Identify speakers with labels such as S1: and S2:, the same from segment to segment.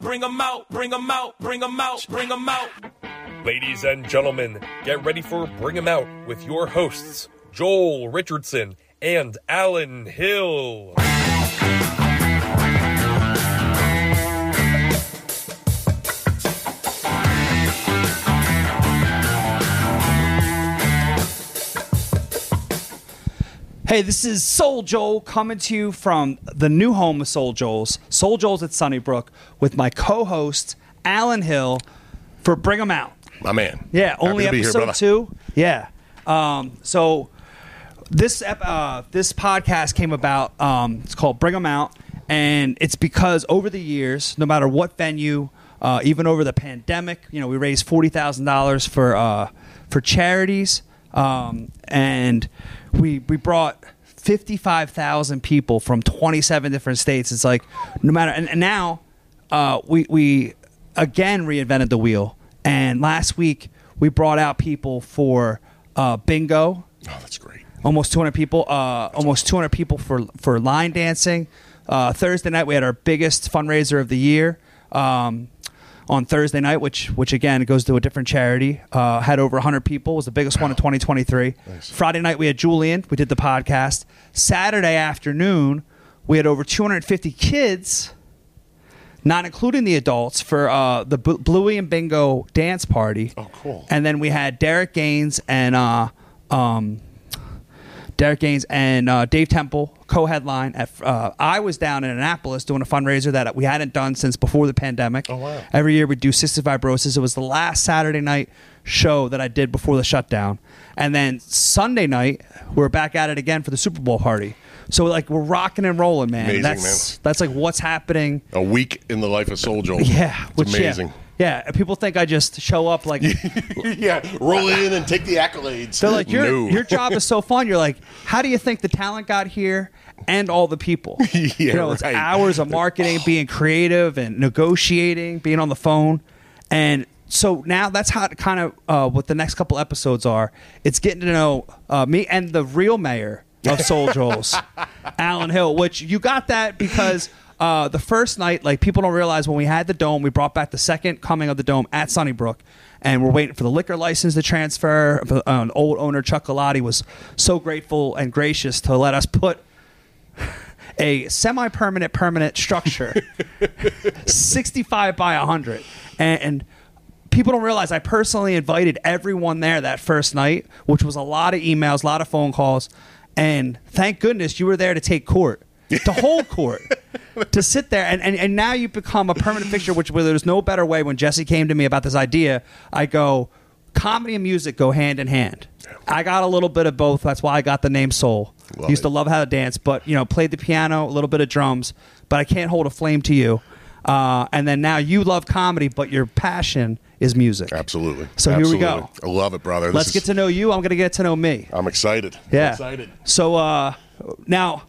S1: bring 'em out, bring 'em out, bring 'em out, bring 'em out.
S2: Ladies and gentlemen, get ready for Bring 'em Out with your hosts, Joel Richardson and Alan Hill.
S3: Hey, this is Soul Joel coming to you from the new home of Soul Joel's, Soul Joel's at Sunnybrook, with my co-host Alan Hill for Bring 'Em Out.
S4: My man.
S3: Yeah,
S4: Happy
S3: only
S4: to be here,
S3: episode
S4: brother.
S3: two. Yeah. Um, so this ep- uh, this podcast came about. Um, it's called Bring 'Em Out, and it's because over the years, no matter what venue, uh, even over the pandemic, you know, we raised forty thousand dollars for uh, for charities, um, and we we brought. 55,000 people from 27 different states. It's like, no matter, and, and now uh, we, we again reinvented the wheel. And last week we brought out people for uh, bingo,
S4: Oh, that's great.
S3: almost 200 people, uh, almost 200 people for for line dancing. Uh, Thursday night we had our biggest fundraiser of the year. Um, on Thursday night, which which again goes to a different charity, uh, had over 100 people. Was the biggest one in 2023. Friday night we had Julian. We did the podcast. Saturday afternoon we had over 250 kids not including the adults, for uh, the B- Bluey and Bingo dance party.
S4: Oh, cool.
S3: And then we had Derek Gaines and uh, um, Derek Gaines and uh, Dave Temple co-headline. At, uh, I was down in Annapolis doing a fundraiser that we hadn't done since before the pandemic.
S4: Oh, wow.
S3: Every year we do cystic fibrosis. It was the last Saturday night show that I did before the shutdown, and then Sunday night we're back at it again for the Super Bowl party. So like we're rocking and rolling, man.
S4: Amazing,
S3: that's
S4: man.
S3: that's like what's happening.
S4: A week in the life of Soul Joel.
S3: Yeah,
S4: It's
S3: which, yeah.
S4: amazing.
S3: Yeah, people think I just show up like
S4: Yeah. roll in and take the accolades.
S3: they're like your
S4: No.
S3: your job is so fun. You're like, how do you think the talent got here and all the people?
S4: Yeah,
S3: you know, it's
S4: right.
S3: hours of marketing, being creative and negotiating, being on the phone, and so now that's how it kind of uh, what the next couple episodes are. It's getting to know uh, me and the real mayor of Soul Joel's, Alan Hill. Which you got that because. Uh, the first night, like people don't realize when we had the dome, we brought back the second coming of the dome at Sunnybrook, and we're waiting for the liquor license to transfer. Uh, An old owner, Chuck Galati, was so grateful and gracious to let us put a semi-permanent permanent structure 65 by 100 and, and people don't realize i personally invited everyone there that first night which was a lot of emails a lot of phone calls and thank goodness you were there to take court to hold court to sit there and, and, and now you become a permanent fixture which where there's no better way when jesse came to me about this idea i go comedy and music go hand in hand i got a little bit of both that's why i got the name soul
S4: Love
S3: used to
S4: it.
S3: love how to dance, but you know, played the piano, a little bit of drums, but I can't hold a flame to you. Uh, and then now you love comedy, but your passion is music.
S4: Absolutely.
S3: So
S4: Absolutely.
S3: here we go.
S4: I love it, brother. This
S3: Let's
S4: is-
S3: get to know you. I'm going to get to know me.
S4: I'm excited.
S3: Yeah.
S4: I'm excited.
S3: So uh, now,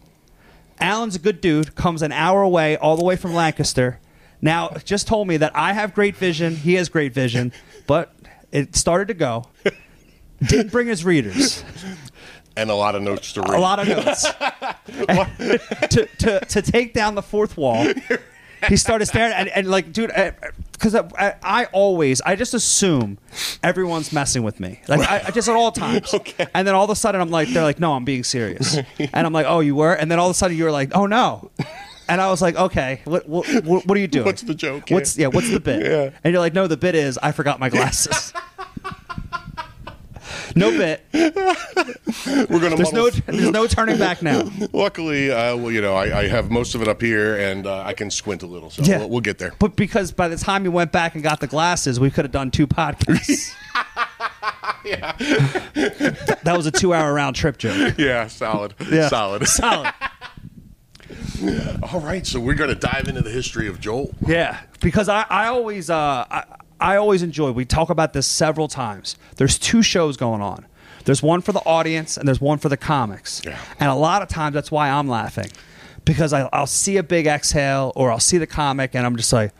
S3: Alan's a good dude. Comes an hour away, all the way from Lancaster. Now, just told me that I have great vision. He has great vision, but it started to go. Didn't bring his readers.
S4: And a lot of notes to read.
S3: a lot of notes to, to, to take down the fourth wall. He started staring and, and like, dude, because I, I, I always, I just assume everyone's messing with me, like I, I just at all times. And then all of a sudden, I'm like, they're like, no, I'm being serious, and I'm like, oh, you were, and then all of a sudden, you were like, oh no, and I was like, okay, what what, what what are you doing?
S4: What's the joke here?
S3: What's yeah, what's the bit?
S4: Yeah.
S3: And you're like, no, the bit is I forgot my glasses. no bit.
S4: We're going to
S3: There's no there's no turning back now.
S4: Luckily, uh, well, you know, I, I have most of it up here, and uh, I can squint a little, so we'll, we'll get there.
S3: But because by the time you went back and got the glasses, we could have done two podcasts. that was a two-hour round trip joke.
S4: yeah, solid,
S3: Yeah.
S4: solid.
S3: Solid.
S4: All right, so we're going to dive into the history of Joel.
S3: Yeah, because I, I always uh, I, I always enjoy. We talk about this several times. There's two shows going on. There's one for the audience and there's one for the comics.
S4: Yeah.
S3: And a lot of times that's why I'm laughing because I, I'll see a big exhale or I'll see the comic and I'm just like,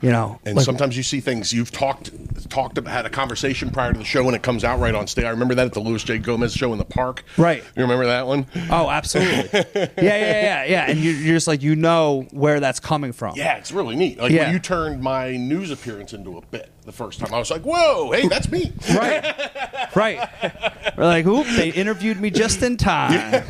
S3: You know,
S4: And
S3: like-
S4: sometimes you see things you've talked talked about, had a conversation prior to the show, and it comes out right on stage. I remember that at the Louis J. Gomez show in the park.
S3: Right.
S4: You remember that one?
S3: Oh, absolutely. yeah, yeah, yeah, yeah. And you're, you're just like you know where that's coming from.
S4: Yeah, it's really neat. Like
S3: Yeah.
S4: when you turned my news appearance into a bit the first time, I was like, "Whoa, hey, that's me!"
S3: Right. Right. We're like, oop, they interviewed me just in time.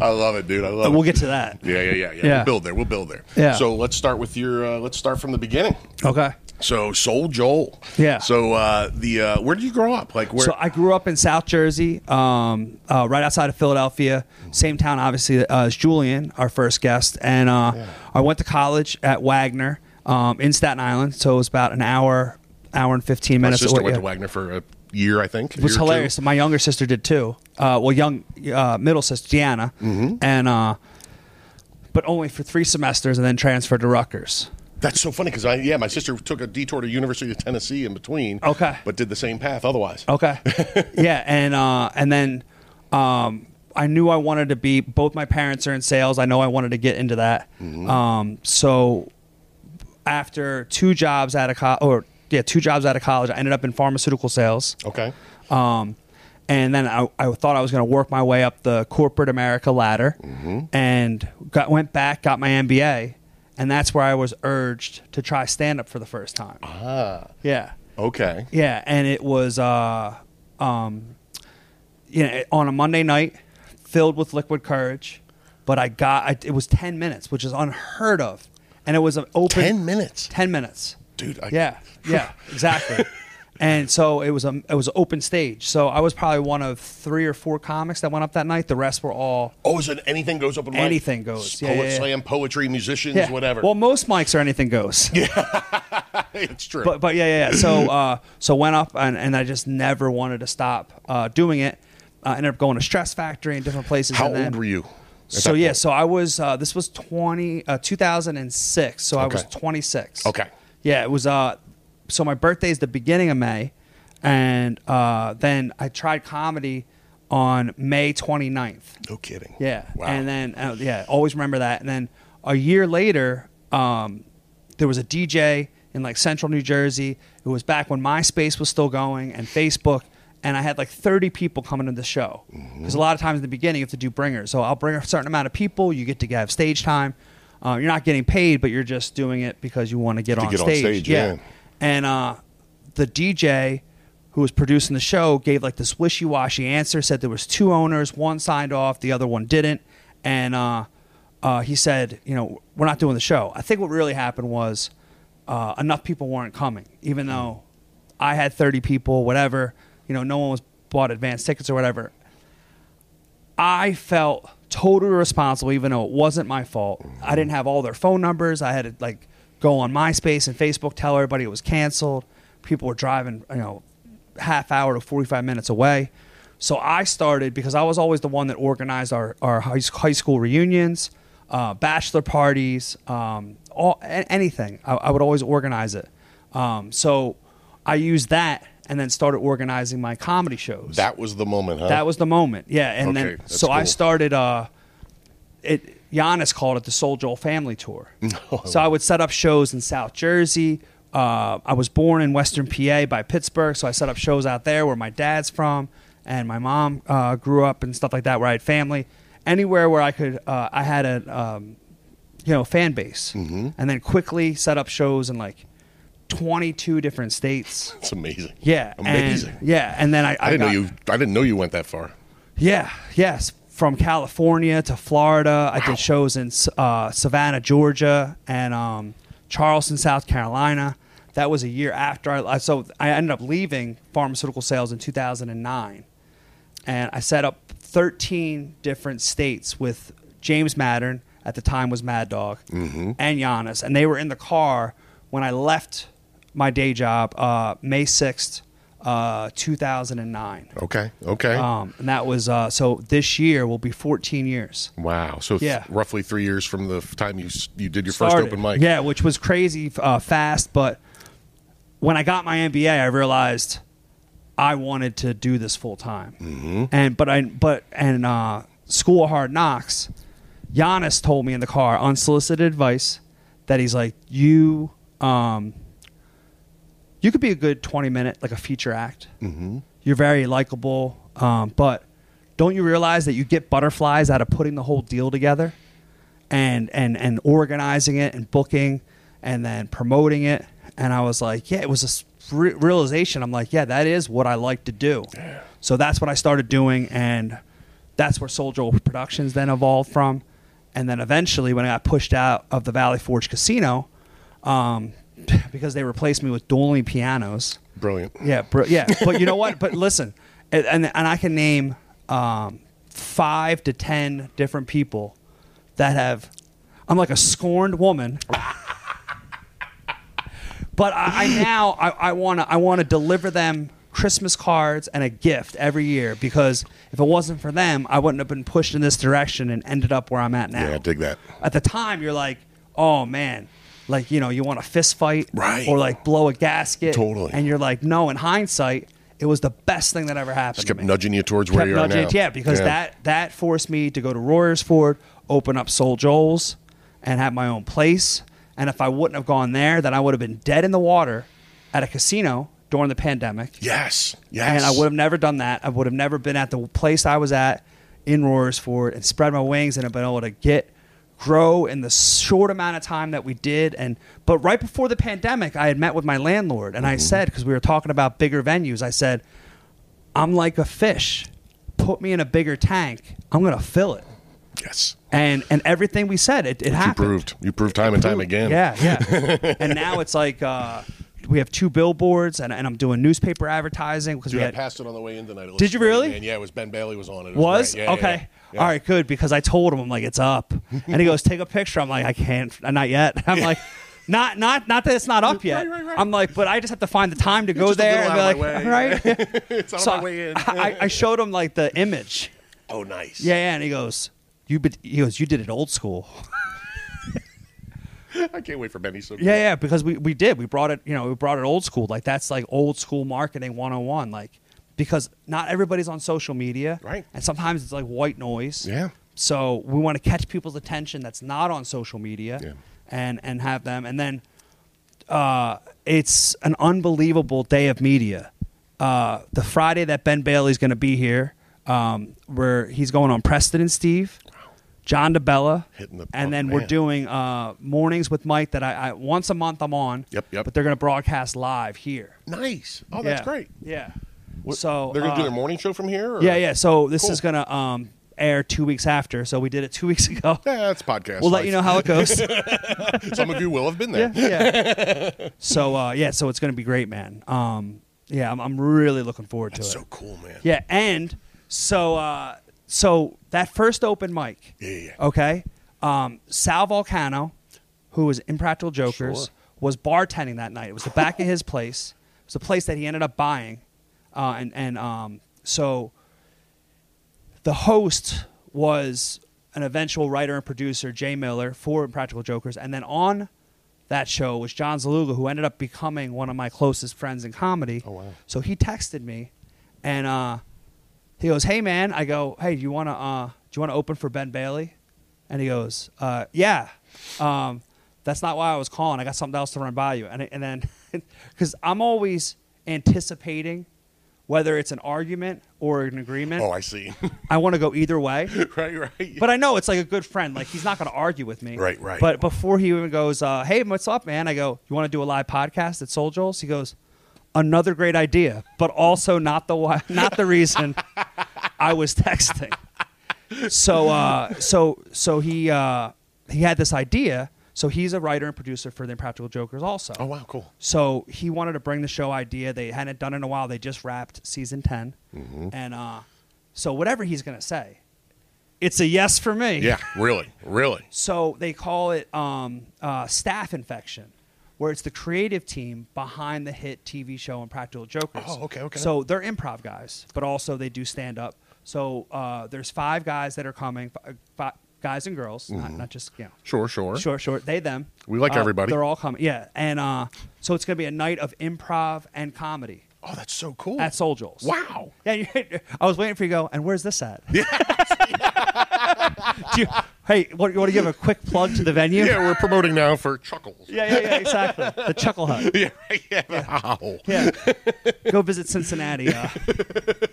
S4: I love it, dude. I love it.
S3: We'll get to that.
S4: Yeah, yeah, yeah, yeah.
S3: Yeah.
S4: We'll build there. We'll build there.
S3: Yeah.
S4: So let's start with your. Uh, let's start from the beginning.
S3: Okay.
S4: So Soul Joel.
S3: Yeah.
S4: So uh, the uh, where did you grow up? Like where?
S3: So I grew up in South Jersey, um, uh, right outside of Philadelphia, same town obviously uh, as Julian, our first guest, and uh, I went to college at Wagner um, in Staten Island, so it was about an hour, hour and fifteen
S4: my
S3: minutes.
S4: sister
S3: away-
S4: went
S3: yeah.
S4: to Wagner for a year, I think. a
S3: It was
S4: year or two.
S3: hilarious. My younger sister did too. Uh, well, young uh, middle sister Deanna, and uh, but only for three semesters, and then transferred to Rutgers.
S4: That's so funny because I yeah, my sister took a detour to University of Tennessee in between.
S3: Okay.
S4: But did the same path otherwise.
S3: Okay. yeah, and uh, and then um, I knew I wanted to be. Both my parents are in sales. I know I wanted to get into that. Um, so after two jobs out of college, or yeah, two jobs out of college, I ended up in pharmaceutical sales.
S4: Okay.
S3: Um, and then I, I thought I was going to work my way up the corporate America ladder, and got went back, got my MBA, and that's where I was urged to try stand up for the first time. Ah. Yeah.
S4: Okay.
S3: Yeah, and it was uh, um, you know, on a Monday night, filled with liquid courage. But I got I, it was ten minutes, which is unheard of, and it was an open
S4: 10 minutes?
S3: Ten minutes,
S4: Dude, I-
S3: yeah, yeah, exactly. and so it was a it was an open stage. So I was probably one of three or four comics that went up that night. The rest were all
S4: Oh, is it anything goes open mic?
S3: Anything goes. Yeah,
S4: Poet
S3: yeah, yeah.
S4: slam, poetry, musicians,
S3: yeah.
S4: whatever.
S3: Well, most mics are anything goes.
S4: it's true.
S3: but but yeah yeah, yeah. so uh so went up and, and I just never wanted to stop uh, doing it. Uh, ended up going to Stress Factory and different places.
S4: How
S3: and then-
S4: old were you? at
S3: So
S4: that
S3: yeah,
S4: point?
S3: so I was uh, this was twenty uh, two thousand and six. So I was
S4: Okay.
S3: twenty six.
S4: Okay.
S3: Yeah, it was uh, so my birthday is the beginning of May, and uh, then I tried comedy on May 29th.
S4: No kidding.
S3: Yeah.
S4: Wow.
S3: And then, uh, yeah, always remember that. And then a year later, um, there was a DJ in like central New Jersey. It was back when MySpace was still going and Facebook. And I had like 30 people coming to the show. Because a lot of times in the beginning, you have to do bringers. So I'll bring a certain amount of people. You get to have stage time. Uh, you're not getting paid, but you're just doing it because you want to get, on,
S4: get on
S3: stage.
S4: stage, yeah.
S3: And uh, the DJ who was producing the show gave like this wishy-washy answer. Said there was two owners, one signed off, the other one didn't, and uh, uh, he said, you know, we're not doing the show. I think what really happened was uh, enough people weren't coming, even though I had 30 people, whatever. You know, no one was bought advance tickets or whatever. I felt totally responsible, even though it wasn't my fault. I didn't have all their phone numbers. I had to like go on MySpace and Facebook, tell everybody it was canceled. People were driving, you know, half hour to forty five minutes away. So I started because I was always the one that organized our our high, high school reunions, uh, bachelor parties, um, all a- anything. I, I would always organize it. Um, so I used that and then started organizing my comedy shows.
S4: that was the moment, huh?
S3: That was the moment. Yeah, and
S4: Oh. Okay,
S3: then
S4: that's
S3: so I
S4: cool.
S3: started. Uh, it Giannis called it the Soul Joel Family Tour. so I would set up shows in South Jersey. Uh, I was born in Western PA by Pittsburgh, so I set up shows out there where my dad's from and my mom uh, grew up and stuff like that, where I had family. Anywhere where I could, uh, I had a um, you know fan base,
S4: Mm-hmm.
S3: and then quickly set up shows in like twenty two different states.
S4: It's amazing.
S3: Yeah, and-
S4: Amazing.
S3: yeah, and then I,
S4: I, didn't
S3: got-
S4: know you. I didn't know you went that far.
S3: yeah, yes. From California to Florida. I did shows in uh, Savannah, Georgia, and um, Charleston, South Carolina. That was a year after I. I- So I ended up leaving pharmaceutical sales in 2009. And I set up 13 different states with James Maddern, at the time was Mad Dog, and Giannis. And they were in the car when I left my day job uh, May 6th, uh, 2009.
S4: Okay. Okay.
S3: Um, and that was uh, so this year will be 14 years.
S4: wow. So th-
S3: yeah.
S4: roughly three years from the f- time you s- you did your
S3: Started.
S4: first open mic.
S3: Yeah, which was crazy uh, fast. But when I got my MBA, I realized I wanted to do this full time. Mm-hmm. And but I but and uh, school of hard knocks. Giannis told me in the car unsolicited advice that he's like you um you could be a good 20 minute like a feature act mm-hmm. you're very likable um, but don't you realize that you get butterflies out of putting the whole deal together and and and organizing it and booking and then promoting it and i was like yeah it was a s- re- realization i'm like yeah that is what i like to do so that's what i started doing and that's where soldier productions then evolved from and then eventually when i got pushed out of the valley forge casino um, because they replaced me with dueling pianos
S4: Brilliant.
S3: yeah, bro, yeah. But you know what? But listen, and and, and I can name um, five to ten different people that have. I'm like a scorned woman. but I, I now I, I wanna I wanna deliver them Christmas cards and a gift every year because if it wasn't for them, I wouldn't have been pushed in this direction and ended up where I'm at now
S4: Yeah, dig that.
S3: at the time you're like, oh man, like you know you want a fist fight,
S4: Right.
S3: Or like blow a gasket,
S4: Totally.
S3: And you're like, no. In hindsight, it was the best thing that ever happened.
S4: Just
S3: to
S4: kept
S3: me.
S4: nudging you towards where
S3: Kept
S4: you are
S3: nudging
S4: now.
S3: it, yeah, because that that forced me to go to Royers Ford, open up Soul Joel's, and have my own place. And if I wouldn't have gone there, then I would have been dead in the water at a casino during the pandemic.
S4: Yes. Yes.
S3: And I would have never done that. I would have never been at the place I was at in Roarsford and spread my wings and have been able to get grow in the short amount of time that we did. And but right before the pandemic, I had met with my landlord
S4: Mm-hmm.
S3: and I said because we were talking about bigger venues, I said, "I'm like a fish. Put me in a bigger tank. I'm gonna fill it."
S4: Yes.
S3: And and everything we said, it, it
S4: You
S3: happened.
S4: proved. You proved time and time again.
S3: Yeah, yeah. and now it's like uh, we have two billboards, and, and I'm doing newspaper advertising because we
S4: Dude, I
S3: had
S4: passed it on the way in tonight. It
S3: Did you
S4: looked great,
S3: really?
S4: man. Yeah, it was Ben Bailey was on it. it
S3: Was
S4: great. Yeah, yeah,
S3: okay.
S4: yeah.
S3: All right, good because I told him I'm like it's up, and he goes take a picture. I'm like I can't, not yet. I'm like not not not that it's not up yet.
S4: Right, right, right.
S3: I'm like, but I just have to find the time to go
S4: just a
S3: there.
S4: little
S3: And be
S4: out of
S3: like,
S4: my
S3: right?
S4: It's on
S3: so
S4: my way in.
S3: I, I showed him like the image.
S4: oh, nice.
S3: Yeah, yeah, and he goes, you but he goes, you did it old school.
S4: I can't wait for Benny. So
S3: Yeah, yeah, because we, we did. We brought it, you know, we brought it old school. Like that's like old school marketing 101 like because not everybody's on social media.
S4: Right.
S3: And sometimes it's like white noise.
S4: Yeah.
S3: So we want to catch people's attention that's not on social media
S4: Yeah.
S3: and and have them and then uh, it's an unbelievable day of media. Uh, the Friday that Ben Bailey's going to be here, um, where he's going on Preston and Steve, John DeBella,
S4: Hitting the-
S3: and
S4: oh,
S3: then we're
S4: man.
S3: doing uh, mornings with Mike that I, I once a month I'm on.
S4: Yep, yep.
S3: But they're going to broadcast live here.
S4: Nice. Oh, that's
S3: Yeah,
S4: great.
S3: Yeah. so
S4: They're gonna do
S3: uh,
S4: their morning show from here. Or?
S3: Yeah, yeah. So this
S4: Cool.
S3: is going to um, air two weeks after. So we did it two weeks ago.
S4: Yeah, it's podcast.
S3: We'll let you know how it goes.
S4: Some of you will have been there.
S3: yeah, yeah. so uh, yeah, so it's gonna be great, man. Um, yeah, I'm, I'm really looking forward
S4: That's
S3: to it.
S4: so cool, man.
S3: yeah, and so uh, so that first open mic.
S4: Yeah, yeah, yeah.
S3: Okay, um, Sal Volcano, who was Impractical Jokers,
S4: Sure.
S3: was bartending that night. It was the back of his place. It was a place that he ended up buying, uh, and and um, so the host was an eventual writer and producer, Jay Miller, for Impractical Jokers. And then on that show was John Zaluga, who ended up becoming one of my closest friends in comedy. Oh,
S4: wow.
S3: So he texted me and uh, he goes, Hey, man. I go, Hey, you wanna, uh, do you want to open for Ben Bailey? And he goes, uh, Yeah. Um, that's not why I was calling. I got something else to run by you. And, and then, because I'm always anticipating whether it's an argument or an agreement.
S4: Oh, I see.
S3: I want to go either way.
S4: right, right.
S3: But I know it's like a good friend. Like he's not going to argue with me.
S4: Right, right.
S3: But before he even goes, uh, "Hey, what's up, man?" I go, "You want to do a live podcast at Soul Joel's?" He goes, "Another great idea, but also not the why, not the reason I was texting." So, uh, so, so he uh, he had this idea. So he's a writer and producer for the Impractical Jokers, also.
S4: oh, wow, cool.
S3: So he wanted to bring the show idea. They hadn't done it in a while. They just wrapped season 10.
S4: Mm-hmm.
S3: And uh, so whatever he's going to say, it's a yes for me.
S4: Yeah, really, really.
S3: So they call it um, uh, staff infection, where it's the creative team behind the hit TV show Impractical Jokers.
S4: Oh, okay, okay.
S3: So they're improv guys, but also they do stand up. So uh, there's five guys that are coming, five, guys and girls, not,
S4: Mm-hmm.
S3: not just, you know.
S4: Sure, sure.
S3: Short, short. They, them.
S4: We like
S3: Uh,
S4: everybody.
S3: They're all coming. Yeah, and uh, so it's gonna be a night of improv and comedy
S4: Oh, that's so cool.
S3: at Soul Joel's.
S4: Wow.
S3: Yeah, you- I was waiting for you to go. And where's this at? do, you, Hey, what, you want to give a quick plug to the venue?
S4: Yeah, we're promoting now for Chuckles.
S3: yeah, yeah, yeah, exactly. The Chuckle Hut.
S4: Yeah, yeah. Ow.
S3: Yeah. Go visit Cincinnati. Uh,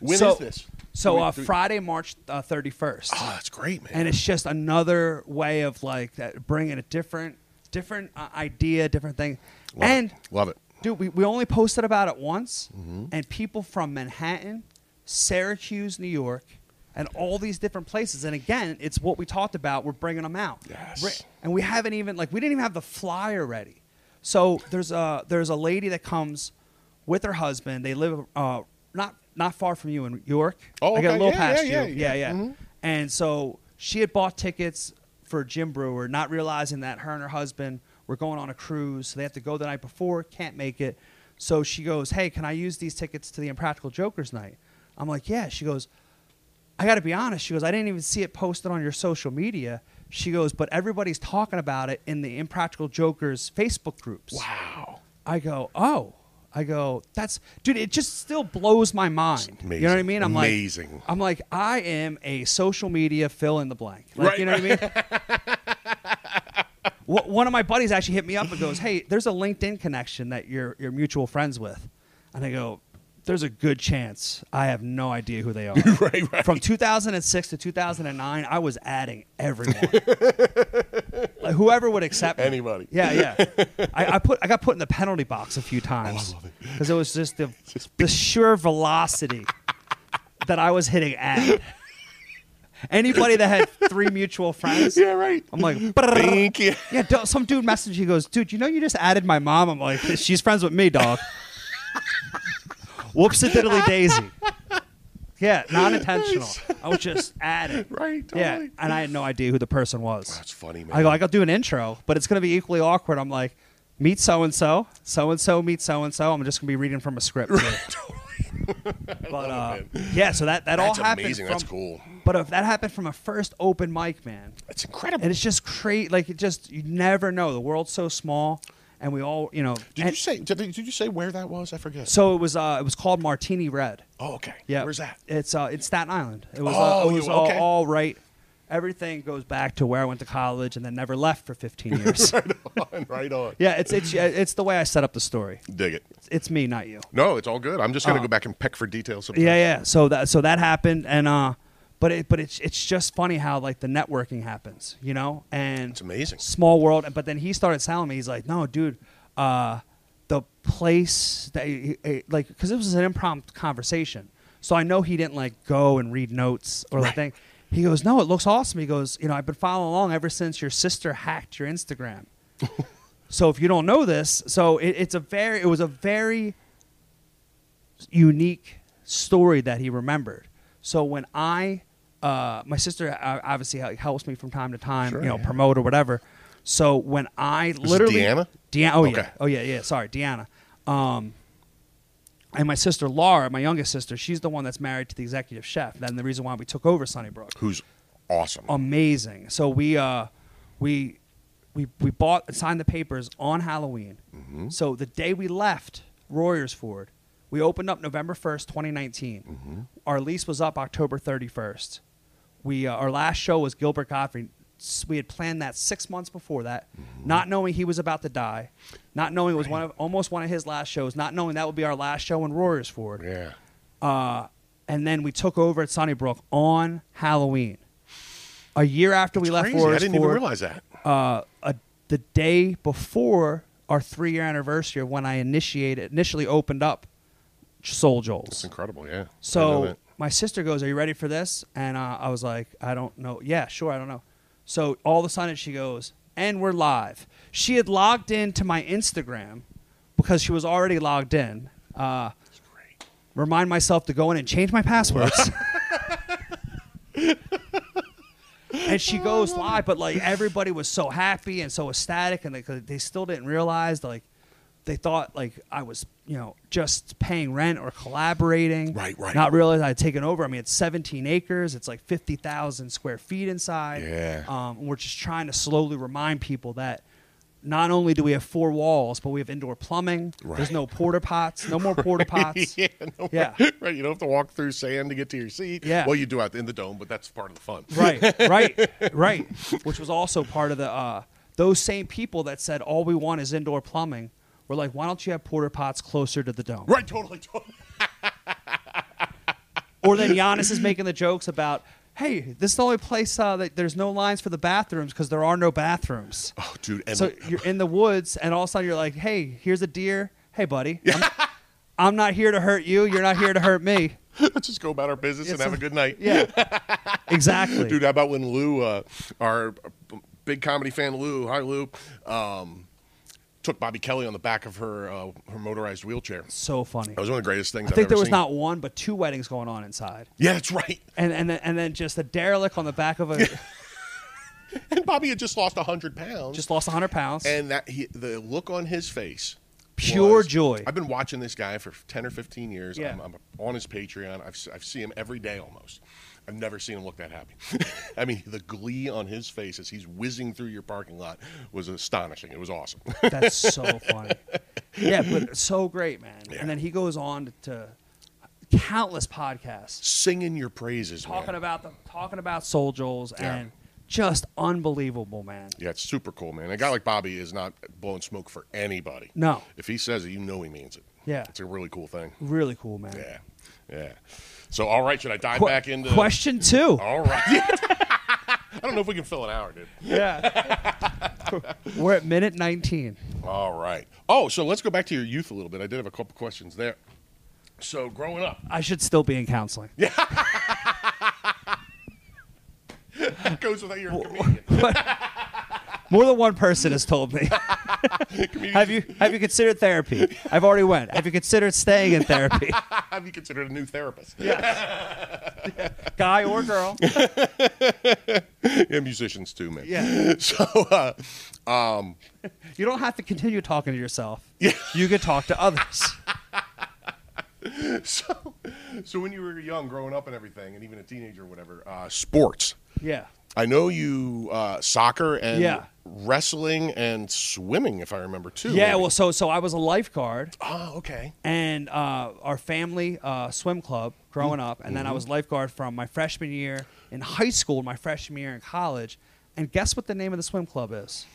S4: When is
S3: so,
S4: this?
S3: So uh, Friday, March uh, 31st.
S4: Oh, that's great, man.
S3: and it's just another way of like that, bringing a different different uh, idea different thing
S4: Love it.
S3: and
S4: Love it.
S3: dude we, we only posted about it once and people from manhattan syracuse new york and all these different places and again it's what we talked about we're bringing them out
S4: Yes.
S3: Ri- and we haven't even like we didn't even have the flyer ready so there's a there's a lady that comes with her husband they live uh, not not far from you in york
S4: Oh,
S3: i got a
S4: okay.
S3: little
S4: Yeah,
S3: past
S4: yeah,
S3: you
S4: yeah, Mm-hmm.
S3: yeah yeah and so she had bought tickets for Jim Brewer, not realizing that her and her husband were going on a cruise. So they have to go the night before, can't make it. So she goes, Hey, can I use these tickets to the Impractical Jokers night? I'm like, Yeah. She goes, I got to be honest. She goes, I didn't even see it posted on your social media. She goes, But everybody's talking about it in the Impractical Jokers Facebook groups.
S4: Wow.
S3: I go, oh. I go, that's dude, it just still blows my mind. You know what I
S4: amazing.
S3: mean? I'm
S4: Amazing.
S3: like I'm like, I am a social media fill in the blank. Like
S4: Right,
S3: you know what I mean? Wha- One of my buddies actually hit me up and goes, "Hey, there's a LinkedIn connection that you're you're mutual friends with," and I go, "There's a good chance I have no idea who they are."
S4: Right, right.
S3: From 2006 to 2009, I was adding everyone, like whoever would accept me.
S4: Anybody.
S3: Yeah, yeah. I, I put I got put in the penalty box a few
S4: Oh,
S3: times because it was just the the sheer velocity that I was hitting at. Anybody that had three mutual friends,
S4: Yeah, right.
S3: I'm like,
S4: Bink, yeah.
S3: yeah. do- Some dude messaged. He goes, dude, you know you just added my mom. I'm like, she's friends with me, dog. Whoops, a diddly daisy. Yeah, non intentional. I was just adding.
S4: Right,
S3: Yeah,
S4: totally.
S3: and I had no idea who the person was.
S4: That's funny, man.
S3: I go, I got to do an intro, but it's going to be equally awkward. I'm like, meet so and so, so and so, meet so and so. I'm just going to be reading from a script. here. but uh, yeah, so that that
S4: That's
S3: all happened.
S4: amazing.
S3: From,
S4: That's cool.
S3: But if that happened from a first open mic, man,
S4: That's incredible.
S3: and it's just crazy. Like it just you never know. The world's so small, and we all you know.
S4: Did
S3: and-
S4: you say? Did, did you say where that was? I forget.
S3: so it was uh it was called Martini Red.
S4: oh, okay.
S3: Yeah.
S4: Where's that?
S3: It's uh, it's Staten Island. It was,
S4: Oh,
S3: uh, it
S4: you-
S3: was all,
S4: okay.
S3: all right. Everything goes back to where I went to college and then never left for 15 years.
S4: right on.
S3: Yeah, it's it's it's the way I set up the story.
S4: Dig it.
S3: It's me, not you.
S4: No, it's all good. I'm just gonna go back and peck for details. Sometime.
S3: Uh. Yeah, yeah. So that so that happened, and uh, but it but it's it's just funny how like the networking happens, you know, and it's
S4: amazing.
S3: Small world. But then he started telling me, he's like, no, dude, uh, the place that he- he- like because it was an impromptu conversation, so I know he didn't like go and read notes or like thing. He goes, no, it looks awesome. He goes, you know, I've been following along ever since your sister hacked your Instagram. So if you don't know this, so it, it's a very it was a very unique story that he remembered. So when I, uh, my sister uh, obviously hel- helps me from time to time, you know, promote or whatever. So when I literally
S4: Deanna?
S3: Deanna, oh
S4: Okay.
S3: yeah, oh yeah, yeah. Sorry, Deanna. Um, and my sister Laura, my youngest sister, she's the one that's married to the executive chef. Then the reason why we took over Sunnybrook
S4: Who's awesome?
S3: Um, amazing. So we uh we we we bought and signed the papers on Halloween. So the day we left Royersford, we opened up November 1st, 2019. Our lease was up October 31st. We uh, our last show was Gilbert Godfrey. S- We had planned that 6 months before that, not knowing he was about to die, not knowing it was one of almost one of his last shows, not knowing that would be our last show in Royersford.
S4: yeah.
S3: Uh, and then we took over at Sunnybrook on Halloween. A year after we left
S4: Crazy.
S3: Forest
S4: I didn't even
S3: Ford,
S4: realize that.
S3: uh, a, the day before our three year anniversary of when I initiated initially opened up Soul Joel's.
S4: It's incredible. Yeah. I know
S3: So
S4: that.
S3: my sister goes, "Are you ready for this?" And uh, I was like, "I don't know. Yeah, sure, I don't know." So all of a sudden she goes, "And we're live." She had logged in to my Instagram because she was already logged in. Uh, remind myself to go in and change my passwords. and she goes live, but like everybody was so happy and so ecstatic, and they they still didn't realize like they thought like I was you know just paying rent or collaborating,
S4: Right, right.
S3: Not realizing I had taken over. I mean, it's 17 acres. It's like 50,000 square feet inside.
S4: Yeah.
S3: Um, and we're just trying to slowly remind people that not only do we have four walls, but we have indoor plumbing. There's no porta pots. No more porta pots.
S4: yeah, no,
S3: Yeah.
S4: right. You don't have to walk through sand to get to your seat.
S3: Yeah.
S4: Well, you do out in the dome, but that's part of the fun.
S3: Right, right, right. Which was also part of the uh, those same people that said all we want is indoor plumbing. We're like, why don't you have porter pots closer to the dome?
S4: Right, totally, totally.
S3: Or then Giannis is making the jokes about, hey, this is the only place uh, that there's no lines for the bathrooms because there are no bathrooms.
S4: Oh, dude, and
S3: So you're in the woods, and all of a sudden you're like, hey, here's a deer. Hey, buddy, I'm, I'm not here to hurt you. You're not here to hurt me.
S4: let's just go about our business and
S3: It's
S4: have a
S3: a-
S4: good night.
S3: Yeah, exactly.
S4: Dude, how about when Lou, uh, our big comedy fan Lou, hi Lou, um, took Bobby Kelly on the back of her uh, her motorized wheelchair. That
S3: so funny.
S4: was one of the greatest things
S3: I think
S4: have
S3: there
S4: ever
S3: was
S4: seen.
S3: not one, but two weddings going on inside.
S4: Yeah, that's right.
S3: and and then, and then just a derelict on the back of a
S4: And Bobby had just lost hundred pounds.
S3: just lost 100 pounds.
S4: and that he, the look on his face
S3: Pure
S4: was-
S3: joy.
S4: i've been watching this guy for 10 or 15 years
S3: Yeah.
S4: I'm, I'm on his patreon I've, s- I've seen him every day almost i've never seen him look that happy i mean the glee on his face as he's whizzing through your parking lot was astonishing it was awesome
S3: That's so funny. Yeah, but so great, man. And then he goes on to countless podcasts
S4: singing your praises man.
S3: talking about them, talking about Soul Joel's,
S4: Yeah.
S3: and just unbelievable, man.
S4: yeah it's super cool man a guy like bobby is not blowing smoke for anybody
S3: No.
S4: if he says it you know he means it
S3: Yeah.
S4: it's a really cool thing
S3: Really cool, man.
S4: yeah yeah so all right should i dive
S3: Que-
S4: back into Oh.
S3: question two.
S4: all right i don't know if we can fill an hour dude
S3: Yeah, we're at minute 19.
S4: All right. Oh, so let's go back to your youth a little bit. I did have a couple questions there. So growing up,
S3: I should still be in counseling.
S4: that goes without your comedian.
S3: More than one person has told me.
S4: Comedians-
S3: have you have you considered therapy? I've already went. Have you considered staying in therapy?
S4: have you considered a new therapist?
S3: Guy or girl.
S4: Yeah, musicians too, man.
S3: Yeah.
S4: So uh,
S3: You don't have to continue talking to yourself. Yeah. You can talk to others.
S4: so so when you were young, growing up and everything, and even a teenager or whatever, uh, sports.
S3: yeah.
S4: I know you uh, soccer and
S3: Yeah.
S4: wrestling and swimming, if I remember too.
S3: Yeah,
S4: maybe.
S3: well so so I was a lifeguard
S4: Oh, okay.
S3: and uh, our family uh, swim club growing up and then I was lifeguard from my freshman year in high school, my freshman year in college. And guess what the name of the swim club is?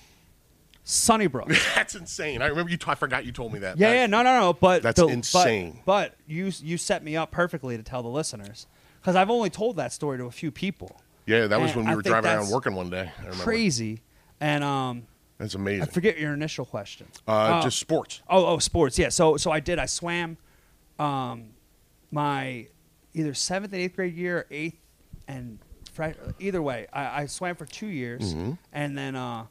S3: Sunnybrook.
S4: That's insane. I remember you. T- I forgot you told me that.
S3: Yeah,
S4: That-
S3: yeah, no, no, no. But
S4: That's
S3: the- but-
S4: insane.
S3: But, you you set me up perfectly to tell the listeners because I've only told that story to a few people.
S4: Yeah, that was
S3: And
S4: when we
S3: I
S4: were
S3: think
S4: driving around
S3: that's
S4: working one day. I remember.
S3: Crazy, and um,
S4: That's
S3: I
S4: amazing.
S3: forget your initial question.
S4: Uh, just sports.
S3: Oh, oh, sports. Yeah. So, so I did. I swam, um, my either seventh and eighth grade year, or eighth and fresh. Either way, I, I swam for two years,
S4: Mm-hmm.
S3: and then, uh,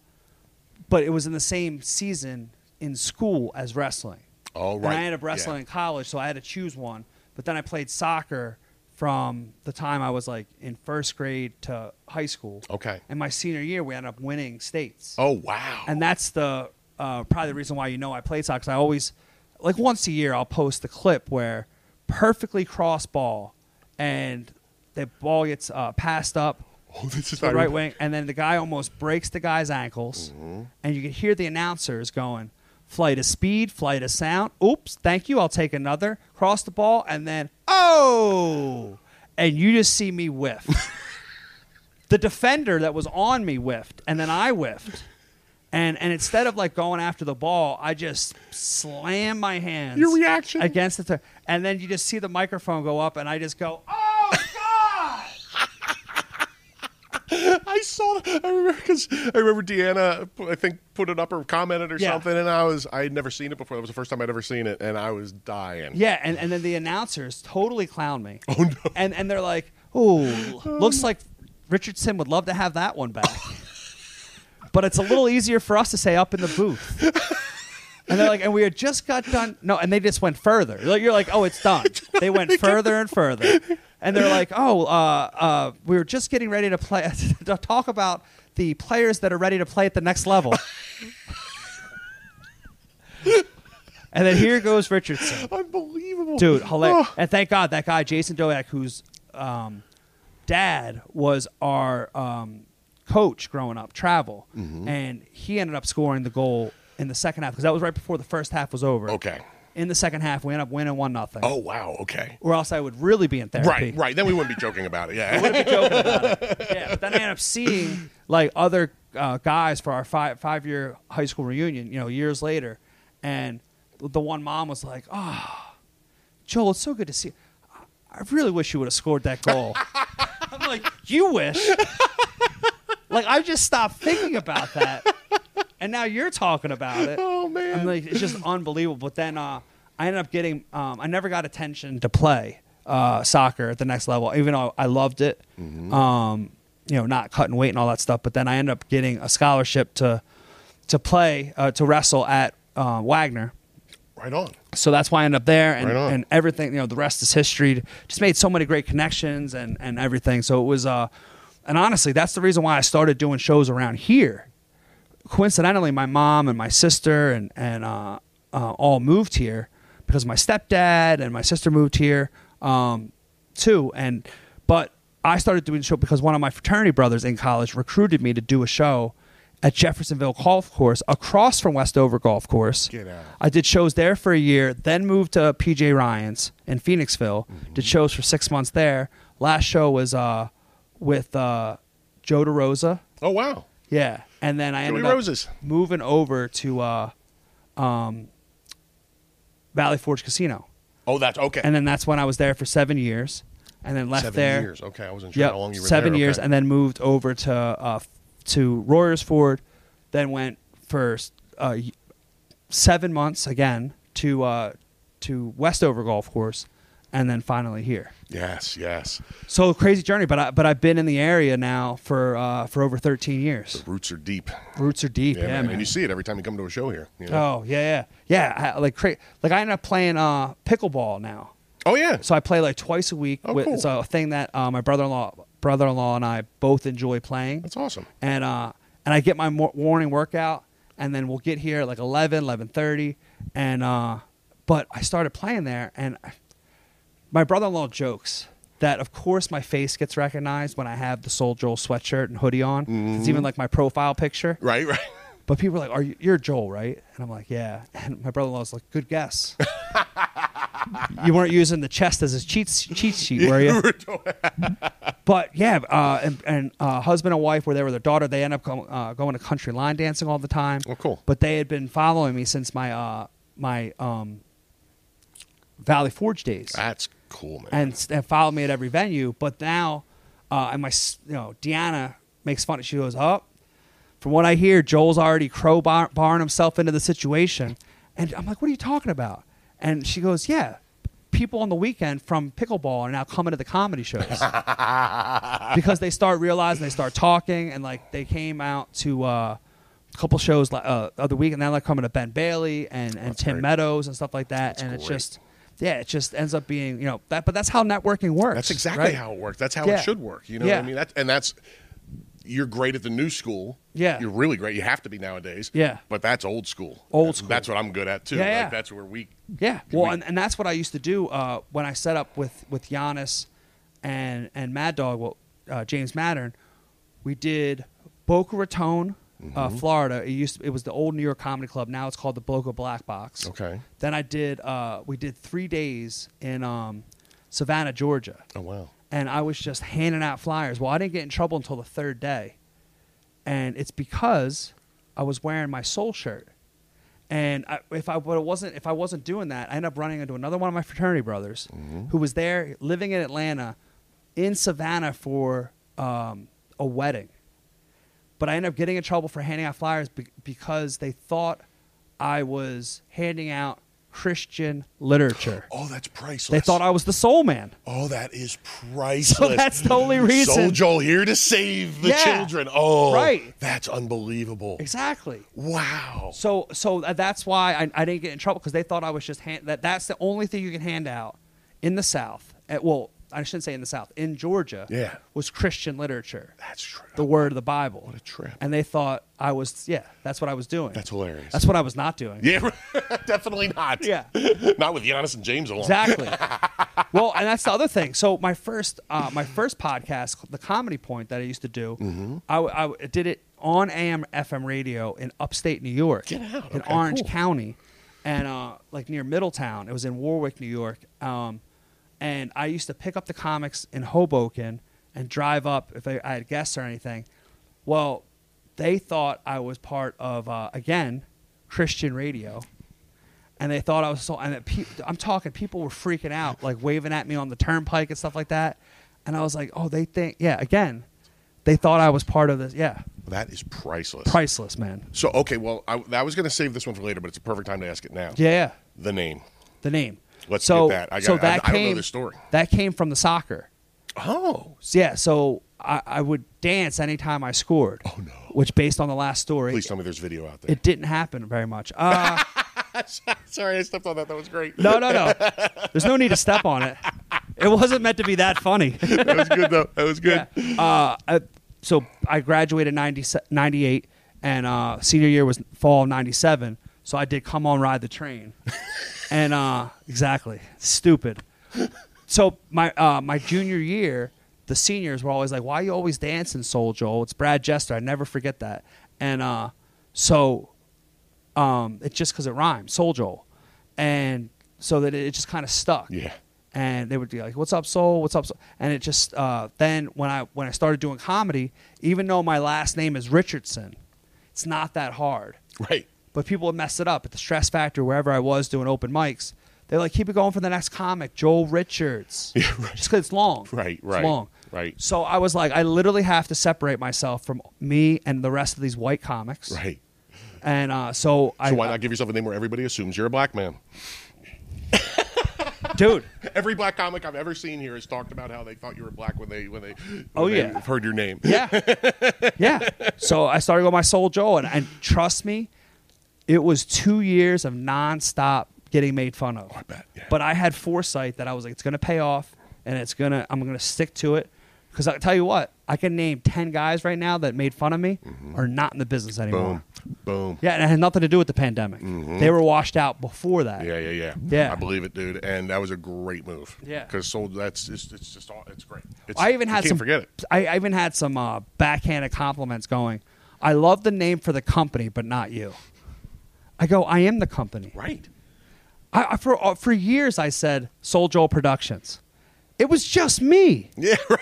S3: but it was in the same season in school as wrestling.
S4: Oh,
S3: And
S4: right.
S3: I ended up wrestling
S4: Yeah.
S3: in college, so I had to choose one. But then I played soccer from the time I was like in first grade to high school.
S4: Okay.
S3: And my senior year, we ended up winning states
S4: Oh wow!
S3: and that's the uh, probably the reason why you know I played soccer. 'cause I always like once a year I'll post the clip where perfectly cross ball and the ball gets uh, passed up
S4: oh, this is
S3: to the right wing, and then the guy almost breaks the guy's ankles,
S4: Mm-hmm.
S3: and you can hear the announcers going, "Flight of speed, flight of sound." Oops, thank you. I'll take another. Cross the ball, and then oh, and you just see me whiff. the defender that was on me whiffed, and then I whiffed. And, and instead of like going after the ball, I just slam my hands.
S4: Your reaction?
S3: against it, and then you just see the microphone go up, and I just go, "Oh God!"
S4: I saw. that. I remember because I remember Deanna. I think put it up or commented or
S3: Yeah.
S4: something, and I was I had never seen it before. That was the first time I'd ever seen it, and I was dying.
S3: Yeah, and, and then the announcers totally clown me. Oh no. And and they're like, "Ooh, looks like Richardson would love to have that one back." but it's a little easier for us to say up in the booth. And they're like, and we had just got done. No, and they just went further. Like, You're like, oh, it's done. They went further and further. And they're like, oh, uh, uh, we were just getting ready to play to talk about the players that are ready to play at the next level. and then here goes Richardson
S4: Unbelievable,
S3: dude. Hilarious.
S4: Oh,
S3: And thank God that guy Jason Doak, whose um, dad was our um, coach growing up, Travel,
S4: Mm-hmm.
S3: and he ended up scoring the goal in the second half because that was right before the first half was over.
S4: Okay.
S3: In the second half, we ended up winning one nothing.
S4: Oh wow. Okay.
S3: Or else I would really be in therapy.
S4: Right. Right. Then we wouldn't be joking about it. Yeah.
S3: Be joking about it. Yeah, but then I ended up seeing like other uh, guys for our five five year high school reunion. You know, years later, and the one mom was like, "Ah, Joel, it's so good to see. You. I really wish you would have scored that goal." I'm like, "You wish." like I just stopped thinking about that, and now you're talking about it.
S4: Oh, man.
S3: I'm like, it's just unbelievable. But then uh, I ended up getting, um, I never got attention to play uh, soccer at the next level, even though I loved it.
S4: Mm-hmm.
S3: Um, you know, not cutting weight and all that stuff. But then I ended up getting a scholarship to to play uh, to wrestle at uh, Wagner.
S4: right on.
S3: So that's why I ended up there, and,
S4: Right on.
S3: and everything. You know, the rest is history. Just made so many great connections and and everything. So it was, uh, and honestly, that's the reason why I started doing shows around here. Coincidentally, my mom and my sister and and uh, uh, all moved here because my stepdad and my sister moved here um, too. And but I started doing the show because one of my fraternity brothers in college recruited me to do a show at Jeffersonville Golf Course across from Westover Golf Course.
S4: Get out.
S3: I did shows there for a year, then moved to PJ Ryan's in Phoenixville.
S4: Mm-hmm.
S3: Did shows for six months there. Last show was uh, with uh, Joe DeRosa.
S4: Oh wow.
S3: Yeah, and then I ended up
S4: Roses.
S3: moving over to uh, um, Valley Forge Casino,
S4: Oh, that's okay.
S3: and then that's when I was there for seven years, and then left
S4: seven
S3: there.
S4: years. Okay, I wasn't sure
S3: Yep,
S4: how long you were
S3: seven
S4: there.
S3: years,
S4: okay.
S3: and then moved over to uh, f- to Royersford, then went for uh, y- seven months again to uh, to Westover Golf Course, and then finally here.
S4: yes, yes.
S3: So crazy journey, but I, but I've been in the area now for uh, for over thirteen years.
S4: Roots are deep.
S3: Roots are deep,
S4: Yeah,
S3: yeah,
S4: man.
S3: man.
S4: and you see it every time you come to a show here. you know?
S3: Oh yeah, yeah, yeah. I, like cra- like I ended up playing uh, pickleball now.
S4: Oh yeah.
S3: So I play like twice a week.
S4: Oh,
S3: with,
S4: cool.
S3: It's a thing that uh, my brother in law brother in law and I both enjoy playing.
S4: that's awesome.
S3: and uh and I get my mor- morning workout and then we'll get here at like 11 11:30 and uh but I started playing there and I, my brother-in-law jokes that of course my face gets recognized when I have the Soul Joel sweatshirt and hoodie on. It's
S4: Mm-hmm.
S3: even like my profile picture.
S4: Right, right.
S3: But people are like, "Are you you're Joel, right?" And I'm like, "Yeah." And my brother-in-law's like, "Good guess." you weren't using the chest as a cheat cheat sheet, were you? but yeah, uh, and, and uh, husband and wife were there with their daughter. They end up go, uh, going to country line dancing all the time.
S4: Oh, cool.
S3: But they had been following me since my uh, my um, Valley Forge days
S4: That's cool, man.
S3: and, and followed me at every venue. But now, uh, and my s- you know Deanna makes fun. of She goes, "Oh, from what I hear, Joel's already crowbarring himself into the situation." And I'm like, "What are you talking about?" And she goes, "Yeah." People on the weekend from pickleball are now coming to the comedy shows because they start realizing they start talking and like they came out to uh, a couple shows like, uh, other week and now they're coming to Ben Bailey and, and Tim
S4: great.
S3: Meadows and stuff like that and it's
S4: great.
S3: just yeah, it just ends up being you know that, but that's how networking works.
S4: That's exactly
S3: right?
S4: how it works. That's how
S3: Yeah.
S4: it should work. You know
S3: Yeah.
S4: what I mean? That and that's you're great at the new school.
S3: Yeah.
S4: You're really great. You have to be nowadays.
S3: Yeah.
S4: But that's old school.
S3: Old
S4: That's-
S3: school.
S4: That's what I'm good at too.
S3: Yeah,
S4: Like,
S3: yeah.
S4: that's where we
S3: Yeah, well, and, and that's what I used to do uh, when I set up with with Giannis and and Mad Dog, well, uh, James Mattern. We did Boca Raton, uh,
S4: Mm-hmm.
S3: Florida. It used to, it was the old New York Comedy Club. Now it's called the Boca Black Box.
S4: Okay.
S3: Then I did uh, we did three days in um, Savannah, Georgia.
S4: Oh wow.
S3: and I was just handing out flyers. Well, I didn't get in trouble until the third day, and it's because I was wearing my soul shirt. And I, if I but it wasn't if I wasn't doing that, I ended up running into another one of my fraternity brothers who was there living in Atlanta, in Savannah for um, a wedding. But I ended up getting in trouble for handing out flyers be- because they thought I was handing out Christian literature.
S4: Oh, that's priceless.
S3: They thought I was the soul man.
S4: Oh, that is priceless.
S3: So that's the only reason.
S4: Soul Joel here to save the
S3: Yeah.
S4: children. Oh,
S3: Right.
S4: That's unbelievable.
S3: Exactly.
S4: Wow.
S3: So so tha- that's why I, I didn't get in trouble because they thought I was just hand, that. That's the only thing you can hand out in the South. At, well, I shouldn't say in the South. In Georgia,
S4: Yeah.
S3: was Christian literature,
S4: That's true.
S3: the word of the Bible. What
S4: a trip.
S3: And they thought I was yeah. That's what I was doing.
S4: That's hilarious.
S3: That's what I was not doing.
S4: yeah, definitely not.
S3: Yeah.
S4: Not with Giannis and James alone.
S3: Exactly. well, and that's the other thing. So my first, uh, my first podcast, the Comedy Point that I used to do, I, w- I w- did it on AM FM radio in upstate New York, in Orange County, and uh, like near Middletown. It was in Warwick, New York. Um, and I used to pick up the comics in Hoboken and drive up if I, I had guests or anything. Well, they thought I was part of uh, again Christian radio and they thought I was so. And it pe- I'm talking, people were freaking out, like waving at me on the turnpike and stuff like that. And I was like, oh, they think, yeah, again, they thought I was part of this. Yeah,
S4: That is priceless.
S3: priceless, man.
S4: So okay, well, I, I was going to save this one for later, but it's a perfect time to ask it now.
S3: Yeah, yeah.
S4: The name.
S3: the name.
S4: Let's
S3: so,
S4: get that. I
S3: so
S4: got- I-
S3: that
S4: I don't
S3: came,
S4: know this story.
S3: That came from the soccer.
S4: Oh,
S3: So, yeah, so I, I would dance anytime I scored. Oh no! Which, based on the last story,
S4: please tell me there's video out there.
S3: it didn't happen very much. Uh,
S4: Sorry, I stepped on that. That was great.
S3: no, no, no. There's no need to step on it. It wasn't meant to be that funny.
S4: that was good though. That was good.
S3: uh, I, so I graduated 90, 98, and uh, senior year was fall of 97. So I did come on ride the train, and uh, exactly stupid. So my uh, my junior year, the seniors were always like, "Why you always dancing, Soul Joel?" It's Brad Jester. I never forget that. And uh, so um, it's just because it rhymes, Soul Joel, and so that it, it just kind of stuck
S4: Yeah.
S3: and they would be like, "What's up, Soul? What's up?" Soul? And it just uh, then when I when I started doing comedy, even though my last name is Richardson, it's not that hard.
S4: Right.
S3: But people would mess it up at the Stress Factor, wherever I was doing open mics. They're like, "Keep it going for the next comic, Joel Richards." Yeah, right. Just 'cause it's long.
S4: Right,
S3: It's
S4: right,
S3: long.
S4: right.
S3: So I was like, I literally have to separate myself from me and the rest of these white comics.
S4: Right.
S3: And uh, so, I,
S4: So why not give yourself a name where everybody assumes you're a black man?
S3: dude.
S4: Every black comic I've ever seen here has talked about how they thought you were black when they when they when
S3: Oh,
S4: they
S3: yeah.
S4: heard your name.
S3: Yeah. yeah. So I started going my soul Joe and, and trust me, it was two years of nonstop getting made fun of. I
S4: Oh, bet, yeah.
S3: But I had foresight that I was like, it's gonna pay off and it's gonna I'm gonna stick to it. Because I tell you what, I can name ten guys right now that made fun of me are not in the business anymore.
S4: Mm-hmm. Boom. Boom.
S3: Yeah, and it had nothing to do with the pandemic. They were washed out before that.
S4: Yeah, yeah, yeah.
S3: Yeah.
S4: I believe it, dude. And that was a great move.
S3: Yeah.
S4: Because so that's it's, it's just all it's great. It's,
S3: I even
S4: you
S3: had
S4: can't
S3: some.
S4: forget it.
S3: I, I even had some uh, backhanded compliments going. I love the name for the company, but not you. I go. I am the company.
S4: Right.
S3: I, I for uh, for years I said Soul Joel Productions. It was just me.
S4: Yeah.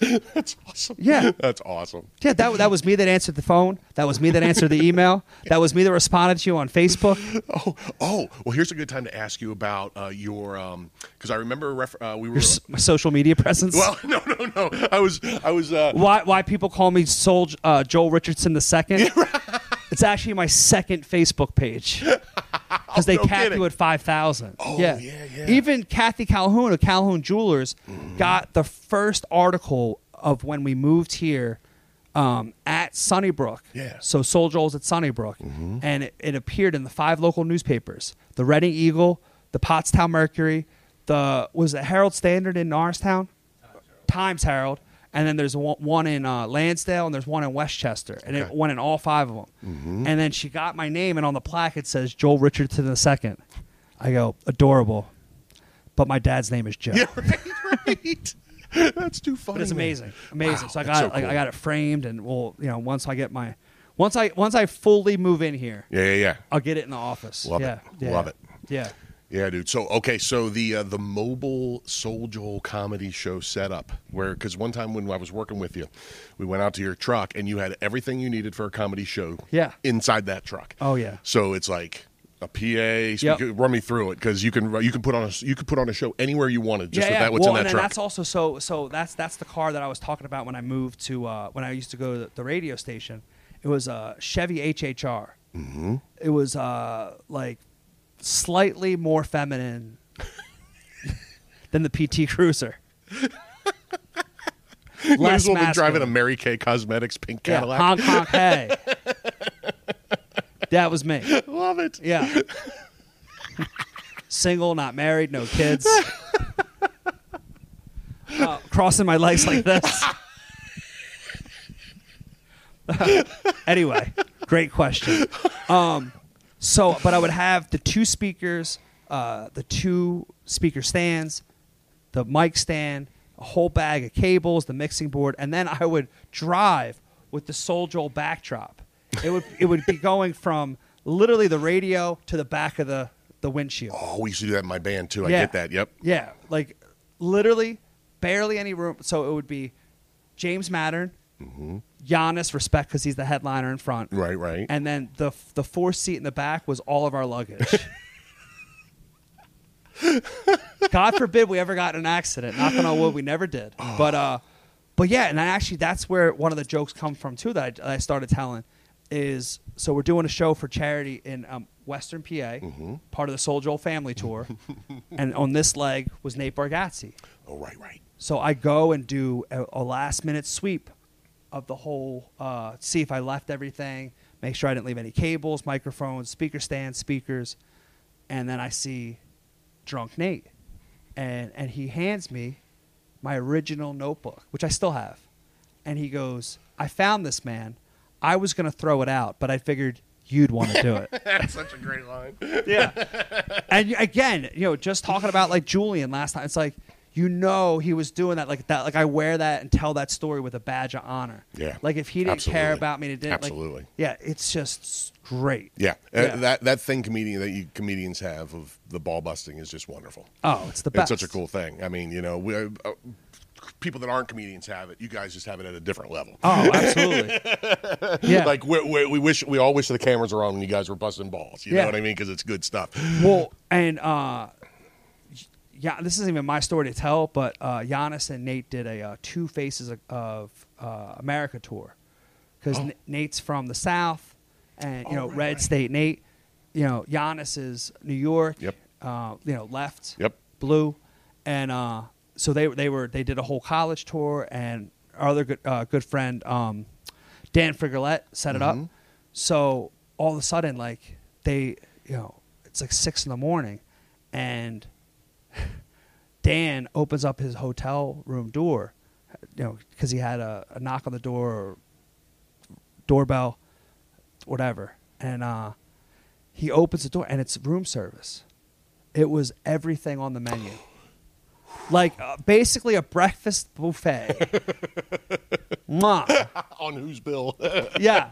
S4: Right. that's awesome.
S3: Yeah.
S4: That's awesome.
S3: Yeah, that that was me that answered the phone. That was me that answered the email. That was me that responded to you on Facebook.
S4: Oh, oh. Well, here's a good time to ask you about uh, your um because I remember ref- uh, we were
S3: Your s- my social media presence.
S4: well no no no I was I was uh,
S3: why why people call me Soul uh, Joel Richardson the second? It's actually my second Facebook page because they
S4: no
S3: cap
S4: kidding.
S3: you at five thousand. Oh
S4: yeah, yeah. Mm-hmm.
S3: Even Kathy Calhoun of Calhoun Jewelers got the first article of when we moved here um, at Sunnybrook.
S4: Yeah. Mm-hmm.
S3: So Soul Joel's at Sunnybrook, and it, it appeared in the five local newspapers: the Reading Eagle, the Pottstown Mercury, the was it Herald Standard in Norristown. Times Herald, and then there's one, one in uh, Lansdale, and there's one in Westchester, and it went in all five of them.
S4: Mm-hmm.
S3: And then she got my name, and on the plaque it says Joel Richardson II. I go adorable, but my dad's name is Joe.
S4: yeah right, right. that's too funny
S3: But it's
S4: man.
S3: amazing, amazing. so I got
S4: that's
S3: it,
S4: so
S3: like, I
S4: cool.
S3: got it framed, and well, you know, once I get my, once I once I fully move in here,
S4: yeah yeah yeah
S3: I'll get it in the office.
S4: Love it.
S3: yeah, yeah,
S4: Love it.
S3: Yeah.
S4: Yeah, dude. So okay, so the uh, the mobile Soul Joel comedy show setup, where because one time when I was working with you, we went out to your truck and you had everything you needed for a comedy show.
S3: Yeah.
S4: Inside that truck.
S3: Oh, yeah.
S4: So it's like a PA. Speaker, Run me through it because you can you can put on a you can put on a show anywhere you wanted just
S3: yeah,
S4: with
S3: yeah.
S4: that what's
S3: well,
S4: in
S3: and
S4: that
S3: then
S4: truck.
S3: that's also so so that's that's the car that I was talking about when I moved to uh, when I used to go to the radio station. It was a Chevy HHR. Mm-hmm. It was uh, like slightly more feminine than the PT Cruiser.
S4: Might as
S3: Less
S4: well been driving
S3: masculine.
S4: a Mary Kay Cosmetics pink
S3: yeah,
S4: Cadillac.
S3: honk honk hey. that was me.
S4: Love it.
S3: Yeah. Single, not married, no kids. Uh, crossing my legs like this. anyway, great question. Um, so, but I would have the two speakers uh, the two speaker stands, the mic stand, a whole bag of cables, the mixing board, and then I would drive with the Soul Joel backdrop. It would it would be going from literally the radio to the back of the the windshield.
S4: Oh, we used to do that in my band too. I
S3: Yeah.
S4: get that. Yep.
S3: Yeah, like literally barely any room. So it would be James Mattern, Giannis respect because he's the headliner in front,
S4: Right, right.
S3: and then the the fourth seat in the back was all of our luggage. God forbid we ever got in an accident. Knocking on wood, we never did.
S4: Oh.
S3: But uh, but yeah, and I actually that's where one of the jokes come from too that I, that I started telling is so we're doing a show for charity in um, Western PA,
S4: Mm-hmm.
S3: part of the Soul Joel family tour, and on this leg was Nate Bargatze.
S4: oh, right, right.
S3: So I go and do a, a last minute sweep of the whole, uh, see if I left everything, make sure I didn't leave any cables, microphones, speaker stands, speakers, and then I see drunk Nate, and and he hands me my original notebook, which I still have, and he goes, "I found this man. I was gonna throw it out, but I figured." You'd want to do it,
S4: That's such a great line.
S3: yeah. And you- again, you know, just talking about like Julian last time, it's like you know he was doing that like that. Like I wear that and tell that story with a badge of honor.
S4: Yeah.
S3: Like if he didn't care
S4: Absolutely.
S3: about me, it didn't. like-
S4: Absolutely.
S3: yeah, it's just s- great.
S4: Yeah, Uh,
S3: Yeah.
S4: that that thing comedian that you comedians have of the ball busting is just wonderful.
S3: Oh, it's the best.
S4: It's such a cool thing. I mean, you know, we, uh, uh, people that aren't comedians have it. You guys just have it at a different level.
S3: Oh, absolutely. yeah.
S4: Like we, we, we wish we all wish the cameras were on when you guys were busting balls. You
S3: Yeah.
S4: know what I mean? Because it's good stuff.
S3: well, and uh, yeah, this isn't even my story to tell, but uh, Giannis and Nate did a uh, Two Faces of, of uh, America tour because Nate's from the South, and you
S4: Oh,
S3: know,
S4: right,
S3: Red
S4: right.
S3: State Nate. You know, Giannis is New York.
S4: Yep.
S3: Uh, you know, left.
S4: Yep.
S3: Blue, and uh, so they they were they did a whole college tour, and our other good uh, good friend um, Dan Frigolette set it up. So all of a sudden, like they, you know, it's like six in the morning, and Dan opens up his hotel room door, you know, because he had a, a knock on the door or doorbell, whatever. And uh, he opens the door, and it's room service. It was everything on the menu. Like uh, basically a breakfast buffet. Mwah
S4: on whose bill?
S3: yeah.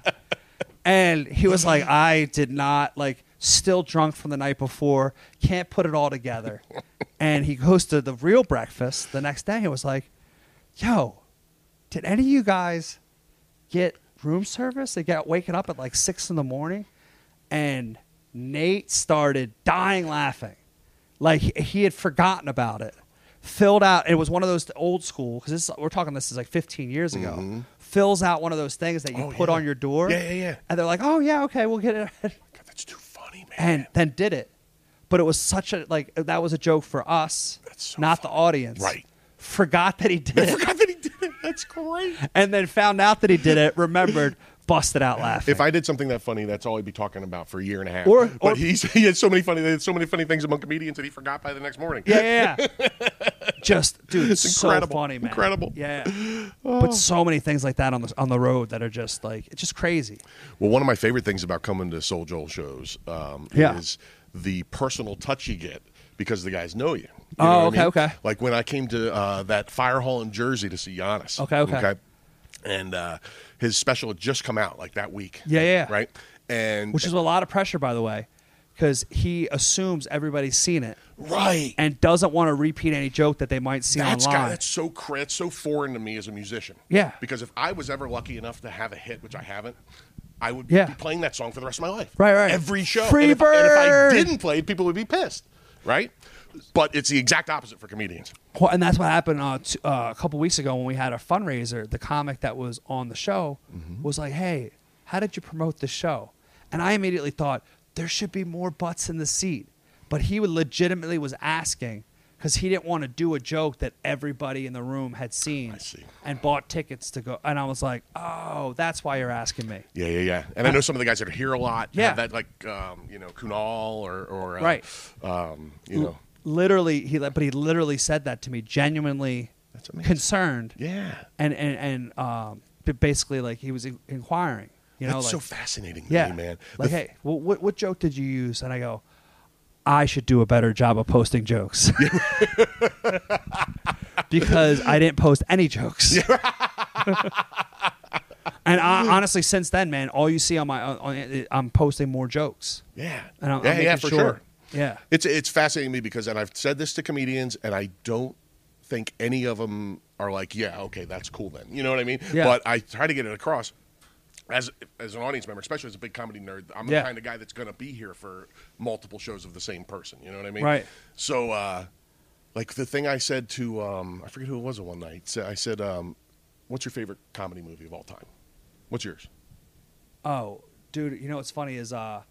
S3: And he was like, I did not like still drunk from the night before, can't put it all together. And he goes to the real breakfast the next day and was like, Yo, did any of you guys get room service? They got waking up at like six in the morning and Nate started dying laughing. Like he- he had forgotten about it. Filled out. It was one of those old school because we're talking. This is like 15 years ago. Fills out one of those things that you
S4: Mm-hmm. Oh,
S3: put
S4: yeah.
S3: on your door.
S4: Yeah, yeah, yeah.
S3: And they're like, "Oh yeah, okay, we'll get it."
S4: God, that's too funny, man.
S3: and then did it. But it was such a like that was a joke for us,
S4: That's so
S3: not the
S4: funny.
S3: audience.
S4: Right.
S3: Forgot that he did it,
S4: forgot that he did it. That's great.
S3: and then found out that he did it. Remembered, busted out laughing.
S4: If I did something that funny, that's all I'd be talking about for a year and a half.
S3: Or-
S4: but
S3: or-
S4: he's, he had so many funny, there's so many funny things among comedians that he forgot by the next morning.
S3: Yeah, yeah, yeah. just dude, it's so
S4: incredible.
S3: funny, man.
S4: Incredible. Oh.
S3: Yeah. But so many things like that on the on the road that are just like it's just crazy.
S4: Well, one of my favorite things about coming to Soul Joel shows um,
S3: Yeah.
S4: is the personal touch you get because the guys know you. You
S3: Oh,
S4: know what
S3: okay, okay.
S4: Like when I came to uh, that fire hall in Jersey to see Giannis.
S3: Okay, okay.
S4: And uh, his special had just come out like that week.
S3: Yeah, yeah.
S4: Right? And
S3: Which is a lot of pressure, by the way, because he assumes everybody's seen it
S4: right.
S3: and doesn't want to repeat any joke that they might see
S4: That's
S3: online.
S4: God, that's so cra- that's so foreign to me as a musician.
S3: Yeah.
S4: Because if I was ever lucky enough to have a hit, which I haven't, I would
S3: Yeah.
S4: be playing that song for the rest of my life.
S3: Right, right.
S4: Every show.
S3: Free
S4: and, if, and if I
S3: bird!
S4: didn't play it, people would be pissed. Right? But it's the exact opposite for comedians.
S3: Well, and that's what happened uh, t- uh, a couple weeks ago when we had a fundraiser. The comic that was on the show
S4: Mm-hmm.
S3: was like, "Hey, how did you promote the show?" And I immediately thought there should be more butts in the seat. But he would legitimately was asking because he didn't want to do a joke that everybody in the room had seen
S4: see.
S3: and bought tickets to go. And I was like, "Oh, that's why you're asking me."
S4: Yeah, yeah, yeah. And I know some of the guys that are here a lot. have
S3: Yeah.
S4: That like um, you know, Kunal or or uh,
S3: Right.
S4: um, you know.
S3: Literally, he but he literally said that to me, genuinely
S4: That's amazing.
S3: concerned.
S4: Yeah.
S3: and and and um, b- basically like he was in- inquiring. You know,
S4: that's
S3: like,
S4: so fascinating to
S3: yeah,
S4: me, man. The
S3: Like,
S4: th-
S3: hey, well, what what joke did you use? And I go, I should do a better job of posting jokes. because I didn't post any jokes. and I, honestly, since then, man, all you see on my, on, I'm posting more jokes.
S4: Yeah.
S3: And I'm, I'm
S4: yeah,
S3: making
S4: yeah, for
S3: sure.
S4: sure.
S3: Yeah.
S4: It's it's fascinating to me because, and I've said this to comedians, and I don't think any of them are like, yeah, okay, that's cool then. You know what I mean?
S3: Yeah.
S4: But I try to get it across as as an audience member, especially as a big comedy nerd. I'm
S3: Yeah.
S4: the kind of guy that's going to be here for multiple shows of the same person. You know what I mean?
S3: Right.
S4: So, uh, like the thing I said to um, I forget who it was one night. So I said, um, "What's your favorite comedy movie of all time? What's yours?"
S3: Oh, dude, you know what's funny is uh,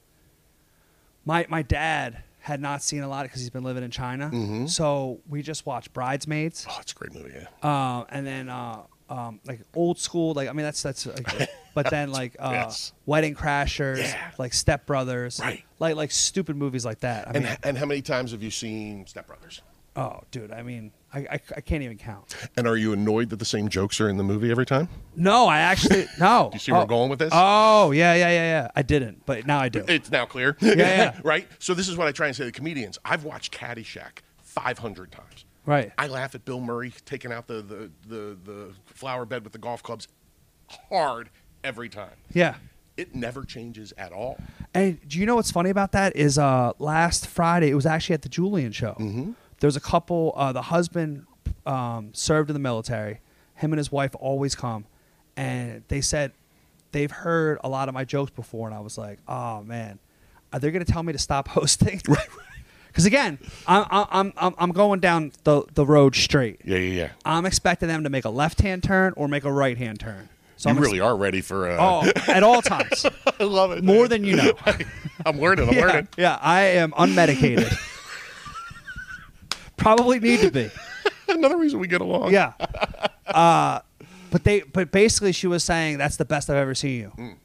S3: my my dad had not seen a lot because he's been living in China.
S4: Mm-hmm.
S3: So we just watched Bridesmaids,
S4: Oh, it's a great movie. Yeah.
S3: uh, and then uh, um, like old school, like I mean that's that's. Like, but then like uh,
S4: Yes.
S3: Wedding Crashers,
S4: Yeah.
S3: like Step Brothers,
S4: Right.
S3: Like like stupid movies like that. I
S4: And
S3: mean,
S4: and how many times have you seen Step Brothers?
S3: oh, dude, I mean, I, I I can't even count.
S4: And are you annoyed that the same jokes are in the movie every time?
S3: No, I actually no.
S4: You see where
S3: oh.
S4: I'm going with this?
S3: Oh yeah yeah yeah yeah. I didn't, but now I do.
S4: it's now clear.
S3: yeah.
S4: right? So this is what I try and say to comedians. I've watched Caddyshack 500 times.
S3: Right.
S4: I laugh at Bill Murray taking out the, the, the, the flower bed with the golf clubs hard every time.
S3: yeah.
S4: It never changes at all.
S3: And do you know what's funny about that is uh, last Friday it was actually at the Julian show. Mm-hmm. There was a couple. Uh, the husband um, served in the military. Him and his wife always come, and they said they've heard a lot of my jokes before. And I was like, oh man, are they going to tell me to stop hosting? Right. Because again, I'm I'm I'm I'm going down the the road straight.
S4: Yeah, yeah, yeah.
S3: I'm expecting them to make a left hand turn or make a right hand turn. So I'm
S4: you really are ready for. Uh,
S3: oh at all times
S4: I love it.
S3: more
S4: man.
S3: than you know.
S4: I'm learning. I'm
S3: Yeah,
S4: learning.
S3: yeah, I am unmedicated. Probably need to be.
S4: Another reason we get along.
S3: Yeah. Uh, but they but basically she was saying that's the best I've ever seen you.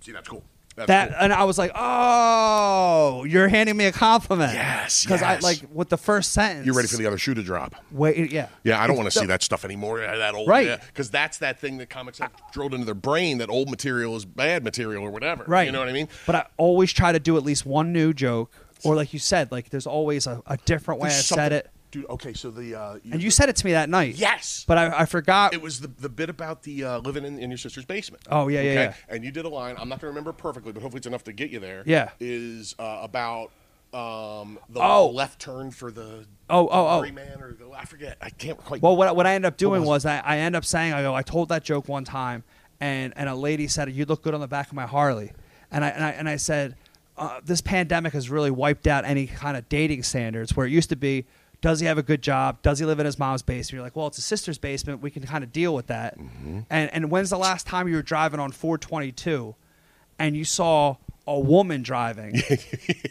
S4: See, that's cool. Mm, That's
S3: That uh,
S4: cool.
S3: and I was like, "Oh, you're handing me a compliment."
S4: Yes,
S3: Cuz I
S4: yes.
S3: like with the first sentence.
S4: You're ready for the other shoe to drop.
S3: Wait, yeah.
S4: Yeah, I don't
S3: It's
S4: want to
S3: the-
S4: see that stuff anymore. uh, That old,
S3: Right.
S4: Because that's that thing that comics have drilled into their brain that old material is bad material or whatever.
S3: Right.
S4: You know what I mean?
S3: But I always try to do at least one new joke or like you said, like there's always a, a different way
S4: There's
S3: I said
S4: something-
S3: it.
S4: dude. Okay, so the uh,
S3: And you said it to me that night.
S4: Yes.
S3: But I, I forgot.
S4: it was the the bit about the uh, living in, in your sister's basement.
S3: Oh, yeah, yeah, yeah.
S4: And you did a line. I'm not going to remember it perfectly, but hopefully it's enough to get you there.
S3: Yeah.
S4: Is uh, about um the
S3: Oh.
S4: left turn for the
S3: Oh, oh, oh.
S4: Gray man or the, I forget. I can't quite.
S3: Well, what, what I ended up doing
S4: was
S3: was, I, I end up saying, I go, I told that joke one time, and, and a lady said, You look good on the back of my Harley. And I, and I, and I said, uh, This pandemic has really wiped out any kind of dating standards where it used to be, Does he have a good job? Does he live in his mom's basement? You're like, Well, it's his sister's basement. We can kind of deal with that. And, and when's the last time you were driving on 422 and you saw a woman driving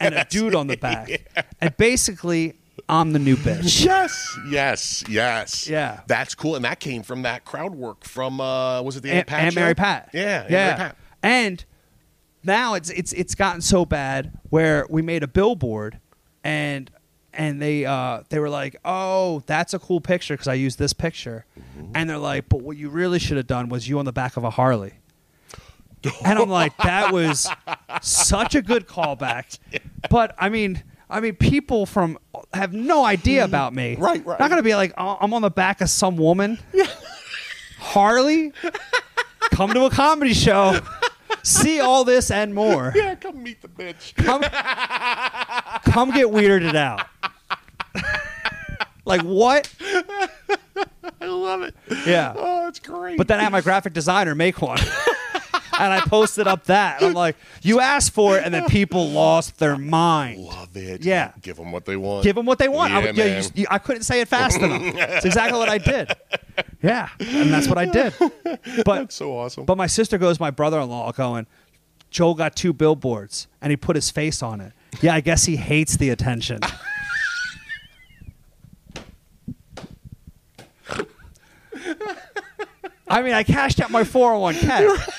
S3: and a dude on the back? And basically, I'm the new bitch.
S4: Yes, yes, yes.
S3: Yeah.
S4: that's cool, and that came from that crowd work from uh, was it the Aunt,
S3: Aunt,
S4: Pat
S3: Aunt Mary
S4: show?
S3: Pat.
S4: Yeah, Aunt
S3: yeah.
S4: Mary Pat.
S3: And now it's it's it's gotten so bad where we made a billboard and and they uh they were like, "Oh, that's a cool picture because I used this picture."
S4: Mm-hmm.
S3: And they're like, "But what you really should have done was you on the back of a Harley." and I'm like, "That was such a good callback." But I mean, I mean, people from have no idea about me.
S4: Right, right.
S3: Not gonna be like, oh, "I'm on the back of some woman." Harley, come to a comedy show, see all this and more.
S4: Yeah, come meet the bitch.
S3: Come, come get weirded out. like what?
S4: I love it.
S3: Yeah.
S4: Oh, it's great.
S3: But then I had my graphic designer make one. And I posted up that. I'm like, you asked for it, and then people lost their mind.
S4: love it.
S3: Yeah.
S4: give them what they want.
S3: Give them what they want. I,
S4: Yeah,
S3: would- yeah, you
S4: man.
S3: s- you- I couldn't say it fast enough. It's exactly what I did. Yeah, and that's what I did. But
S4: That's so awesome.
S3: But my sister goes, my brother in law going, Joel got two billboards and he put his face on it. Yeah, I guess he hates the attention. I mean, I cashed out my 401k.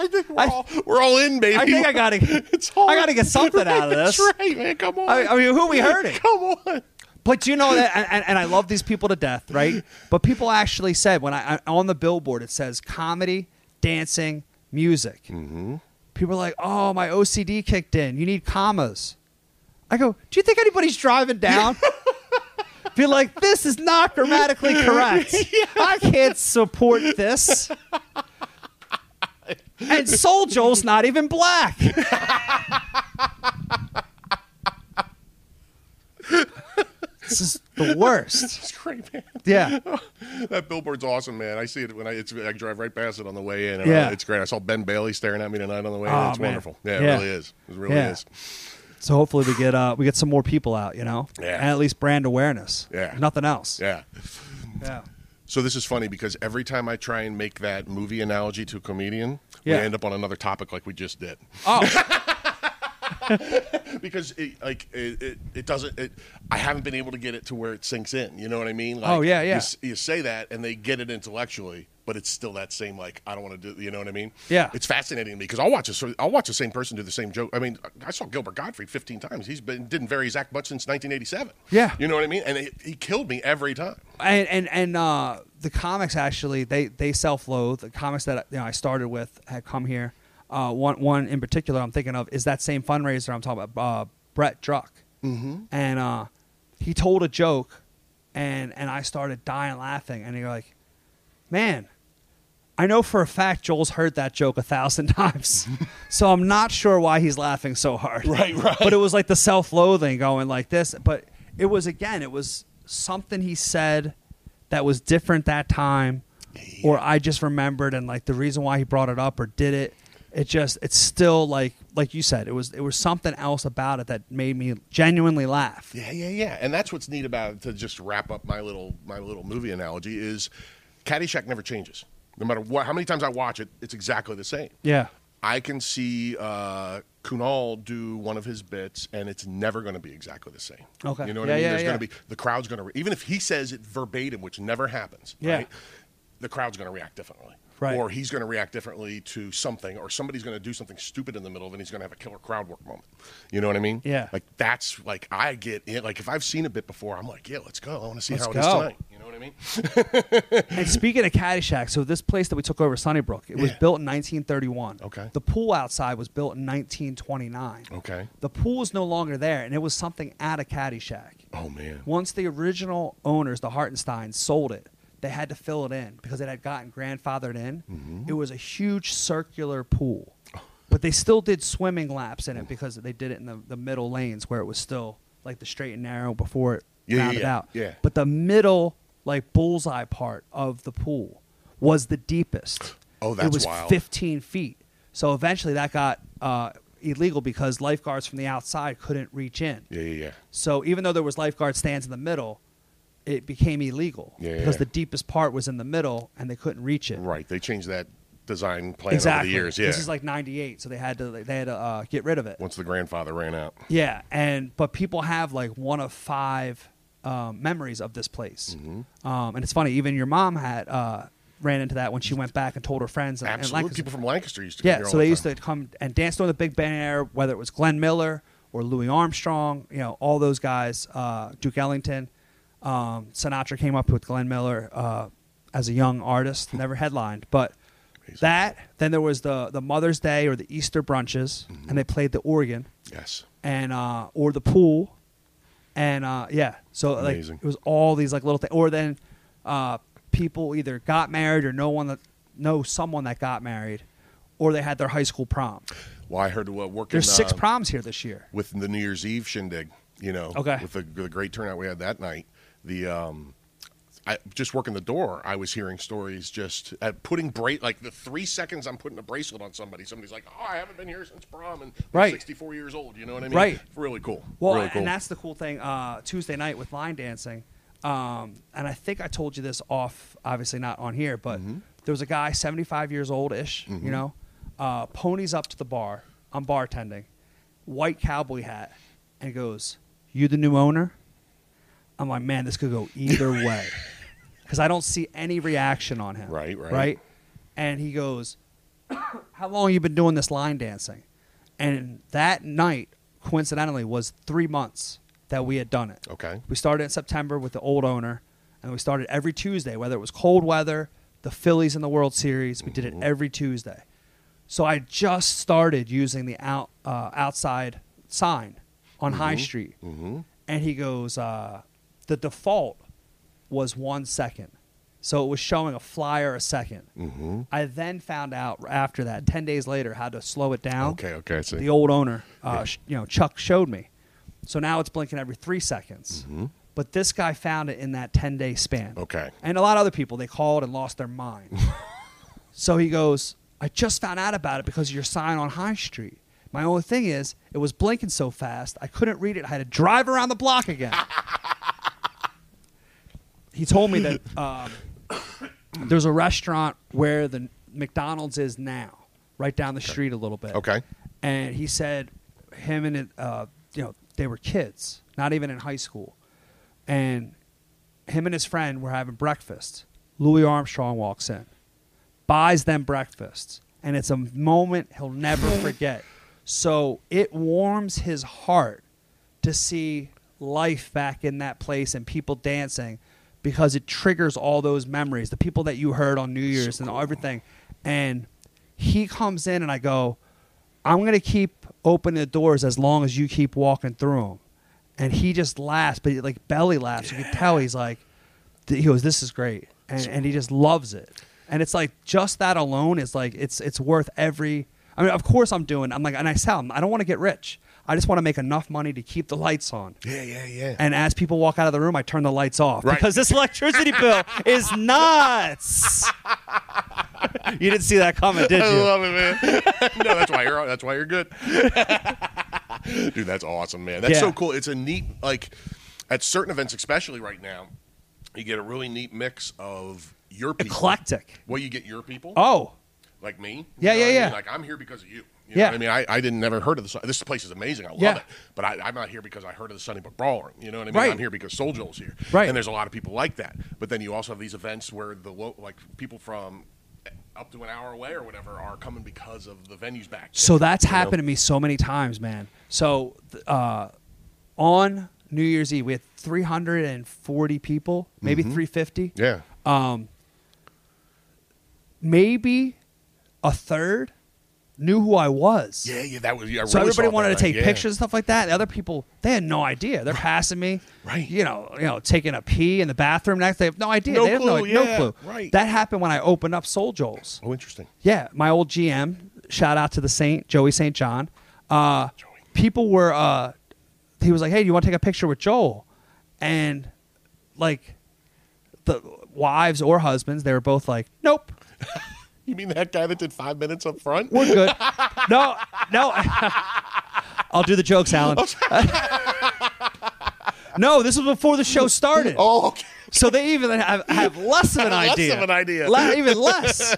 S4: I think we're
S3: I-
S4: all we're all in, baby.
S3: I think I gotta,
S4: It's all
S3: I gotta get something out of
S4: That's
S3: this.
S4: right, man. Come on.
S3: I, I mean, who are we hurting?
S4: come on.
S3: But you know that, and- and, and I love these people to death, right? But people actually said when I, I on the billboard it says comedy, dancing, music. Mm-hmm. People are like, "Oh, my OCD kicked in. You need commas." I go, do you think anybody's driving down? Be like, this is not grammatically correct. I can't support this. And Soul Joel's not even black. this is the worst.
S4: It's great, man.
S3: Yeah.
S4: That billboard's awesome, man. I see it when I it's, I drive right past it on the way in. And
S3: Yeah.
S4: yeah, it's great. I saw Ben Bailey staring at me tonight on the way.
S3: Oh,
S4: in. It's
S3: man.
S4: wonderful. Yeah,
S3: Yeah.
S4: it really is. It really
S3: Yeah.
S4: is.
S3: So hopefully we get uh we get some more people out, you know?
S4: Yeah.
S3: And at least brand awareness.
S4: Yeah.
S3: If Nothing else.
S4: Yeah.
S3: Yeah.
S4: So this is funny because every time I try and make that movie analogy to a comedian,
S3: Yeah.
S4: we end up on another topic like we just did.
S3: Oh.
S4: because it, like it, it, it doesn't it, i haven't been able to get it to where it sinks in you know what i mean like
S3: Oh, yeah,
S4: you
S3: yeah.
S4: s- you, say that and they get it intellectually but it's still that same like i don't want to do you know what i mean
S3: Yeah.
S4: it's fascinating to me because i'll watch this i'll watch the same person do the same joke i mean i saw gilbert godfrey 15 times he's been didn't vary his act much since 1987
S3: Yeah.
S4: you know what i mean and it, he killed me every time
S3: and and and uh, the comics actually they they self loathe. The comics that you know I started with had come here. Uh, one one in particular I'm thinking of is that same fundraiser I'm talking about, uh, Brett Druck, mm-hmm. and uh, he told a joke, and and I started dying laughing, and you're like, man. I know for a fact Joel's heard that joke a thousand times, so I'm not sure why he's laughing so hard.
S4: Right, right.
S3: But it was like the self-loathing going like this. But it was again, it was something he said that was different that time, or I just remembered and like the reason why he brought it up or did it. It just, it's still like, like you said, it was, it was something else about it that made me genuinely laugh.
S4: Yeah, yeah, yeah. And that's what's neat about it, to just wrap up my little my little movie analogy is Caddyshack never changes. No matter what, how many times I watch it, it's exactly the same.
S3: Yeah.
S4: I can see uh, Kunal do one of his bits, and it's never going to be exactly the same.
S3: Okay.
S4: you know what
S3: Yeah,
S4: I mean.
S3: yeah,
S4: There's
S3: yeah.
S4: going to be the crowd's going to re- even if he says it verbatim, which never happens.
S3: Yeah.
S4: right, the crowd's going to react differently.
S3: Right.
S4: Or he's going to react differently to something, or somebody's going to do something stupid in the middle, of it, and he's going to have a killer crowd work moment. You know what I mean?
S3: Yeah.
S4: Like that's like I get it. Like if I've seen a bit before, I'm like, yeah, let's go. I want to see
S3: Let's
S4: how it is
S3: go.
S4: tonight. You know what I mean?
S3: And speaking of Caddyshack, so this place that we took over, Sunnybrook, it was
S4: Yeah.
S3: built in 1931.
S4: Okay.
S3: The pool outside was built in 1929.
S4: Okay.
S3: The pool is no longer there, and it was something out of Caddyshack.
S4: Oh man.
S3: Once the original owners, the Hartensteins, sold it, they had to fill it in because it had gotten grandfathered in.
S4: Mm-hmm.
S3: It was a huge circular pool, but they still did swimming laps in it because they did it in the, the middle lanes where it was still like the straight and narrow before it
S4: Yeah, yeah,
S3: rounded
S4: yeah,
S3: out.
S4: yeah.
S3: But the middle, like bullseye part of the pool, was the deepest.
S4: Oh, that's
S3: it was
S4: wild.
S3: 15 feet. So eventually that got uh, illegal because lifeguards from the outside couldn't reach in.
S4: Yeah, yeah, yeah.
S3: So even though there was lifeguard stands in the middle, it became illegal
S4: Yeah,
S3: because
S4: yeah.
S3: the deepest part was in the middle and they couldn't reach it.
S4: Right. They changed that design plan
S3: Exactly.
S4: over the years. Yeah.
S3: This is like '98, so they had to they had to uh, get rid of it.
S4: once the grandfather ran out.
S3: Yeah, and but people have like one of five um, memories of this place,
S4: Mm-hmm.
S3: um, and it's funny. Even your mom had uh, ran into that when she went back and told her friends. in- in
S4: Absolutely.
S3: Lancaster.
S4: People from Lancaster used to come
S3: Yeah,
S4: here
S3: so
S4: all
S3: they
S4: the
S3: used
S4: time.
S3: to come and dance during the Big Band era, whether it was Glenn Miller or Louis Armstrong, you know, all those guys, uh, Duke Ellington. Um, Sinatra came up with Glenn Miller uh, as a young
S4: Hmm.
S3: artist, never headlined, but that. Then there was the the Mother's Day or the Easter brunches,
S4: Mm-hmm.
S3: and they played the organ
S4: Yes.
S3: and uh, or the pool, and uh, yeah, so like
S4: Amazing.
S3: it was all these like little things. Or then uh, people either got married or know one that know someone that got married, or they had their high school prom.
S4: Well, I heard uh, working
S3: There's six
S4: uh,
S3: proms here this year.
S4: with the New Year's Eve shindig. You know,
S3: Okay.
S4: with the, the great turnout we had that night. The um, I just working the door. I was hearing stories just at putting bra like the three seconds I'm putting a bracelet on somebody. Somebody's like, "Oh, I haven't been here since prom, and I'm
S3: Right.
S4: 64 years old." You know what I mean?
S3: Right.
S4: Really cool.
S3: Well,
S4: really cool.
S3: and that's the cool thing. Uh, Tuesday night with line dancing, um, and I think I told you this off, obviously not on here, but
S4: Mm-hmm.
S3: there was a guy, seventy-five years old ish, you know, uh, ponies up to the bar. I'm bartending, white cowboy hat, and goes, "You the new owner?" I'm like, man, this could go either way, because I don't see any reaction on him.
S4: Right, right.
S3: right. And he goes, how long you been doing this line dancing? And that night, coincidentally, was three months that we had done it.
S4: Okay.
S3: We started in September with the old owner, and we started every Tuesday, whether it was cold weather, the Phillies in the World Series. We did it every Tuesday. So I just started using the out, uh, outside sign on High
S4: Mm-hmm.
S3: Street, and he goes, uh, the default was one second, so it was showing a flyer a 2nd
S4: Mm-hmm.
S3: I then found out after that, ten days later, how to slow it down.
S4: Okay, okay, I see.
S3: The old owner, uh, sh- you know, Chuck showed me, so now it's blinking every three seconds. But this guy found it in that ten day span.
S4: Okay.
S3: and a lot of other people they called and lost their mind. So he goes, I just found out about it because of your sign on High Street. My only thing is, it was blinking so fast, I couldn't read it. I had to drive around the block again. he told me that um, there's a restaurant where the McDonald's is now, right down the street a little bit.
S4: Okay.
S3: And he said, him and, uh, you know, they were kids, not even in high school. And him and his friend were having breakfast. Louis Armstrong walks in, buys them breakfast, and it's a moment he'll never forget. So it warms his heart to see life back in that place and people dancing because it triggers all those memories, the people that you heard on New Year's and everything. And he comes in, and I go, I'm going to keep opening the doors as long as you keep walking through them. And he just laughs, but he, like belly laughs. You can tell he's like, th- he goes, "This is great," and, and he just loves it. And it's like just that alone is like it's it's worth every. I mean, of course I'm doing. I'm like, and I tell him I don't want to get rich. I just want to make enough money to keep the lights on.
S4: Yeah, yeah, yeah.
S3: And as people walk out of the room, I turn the lights off
S4: Right.
S3: because this electricity bill is nuts. you didn't see that coming, did you?
S4: I love it, man. no, that's why you're that's why you're good. Dude, that's awesome, man. That's
S3: Yeah.
S4: so cool. It's a neat like at certain events, especially right now, you get a really neat mix of your people.
S3: Eclectic.
S4: Well, you get your people,
S3: Oh,
S4: like me. you
S3: Yeah,
S4: know
S3: yeah,
S4: what I
S3: yeah.
S4: mean? Like I'm here because of you. You
S3: Yeah.
S4: know what I mean, I, I didn't never heard of this. This place is amazing. I love
S3: Yeah.
S4: it. But I, I'm not here because I heard of the Sunnybrook Brawler. You know what I mean?
S3: Right.
S4: I'm here because Soul Joel's here.
S3: Right.
S4: And there's a lot of people like that. But then you also have these events where the lo- like people from up to an hour away or whatever are coming because of the venues back.
S3: So that's
S4: You know?
S3: happened to me so many times, man. So th- uh, on New Year's Eve, we had 340 people, maybe 350.
S4: Mm-hmm. Yeah.
S3: Maybe a third knew who I was.
S4: yeah, yeah, that was. Yeah, I
S3: So
S4: really saw
S3: everybody
S4: it
S3: wanted to
S4: that
S3: take
S4: night, yeah.
S3: pictures and stuff like that. And other people, they had no idea. They're passing me,
S4: Right.
S3: You know, you know, taking a pee in the bathroom next. They have no idea.
S4: No
S3: they have no,
S4: clue,
S3: no
S4: yeah,
S3: clue.
S4: right.
S3: That happened when I opened up Soul Joel's.
S4: Oh, interesting.
S3: Yeah, my old GM. Shout out to the Saint Joey Saint John. Uh, People were. Uh, he was like, "Hey, do you want to take a picture with Joel?" And like, the wives or husbands, they were both like, "Nope,
S4: You mean that guy that did five minutes up front?
S3: we're good." no, no. I'll do the jokes, Alan. no, this was before the show started.
S4: Oh, okay.
S3: So they even have, have less of an
S4: Less of
S3: idea.
S4: an idea.
S3: Le- even less.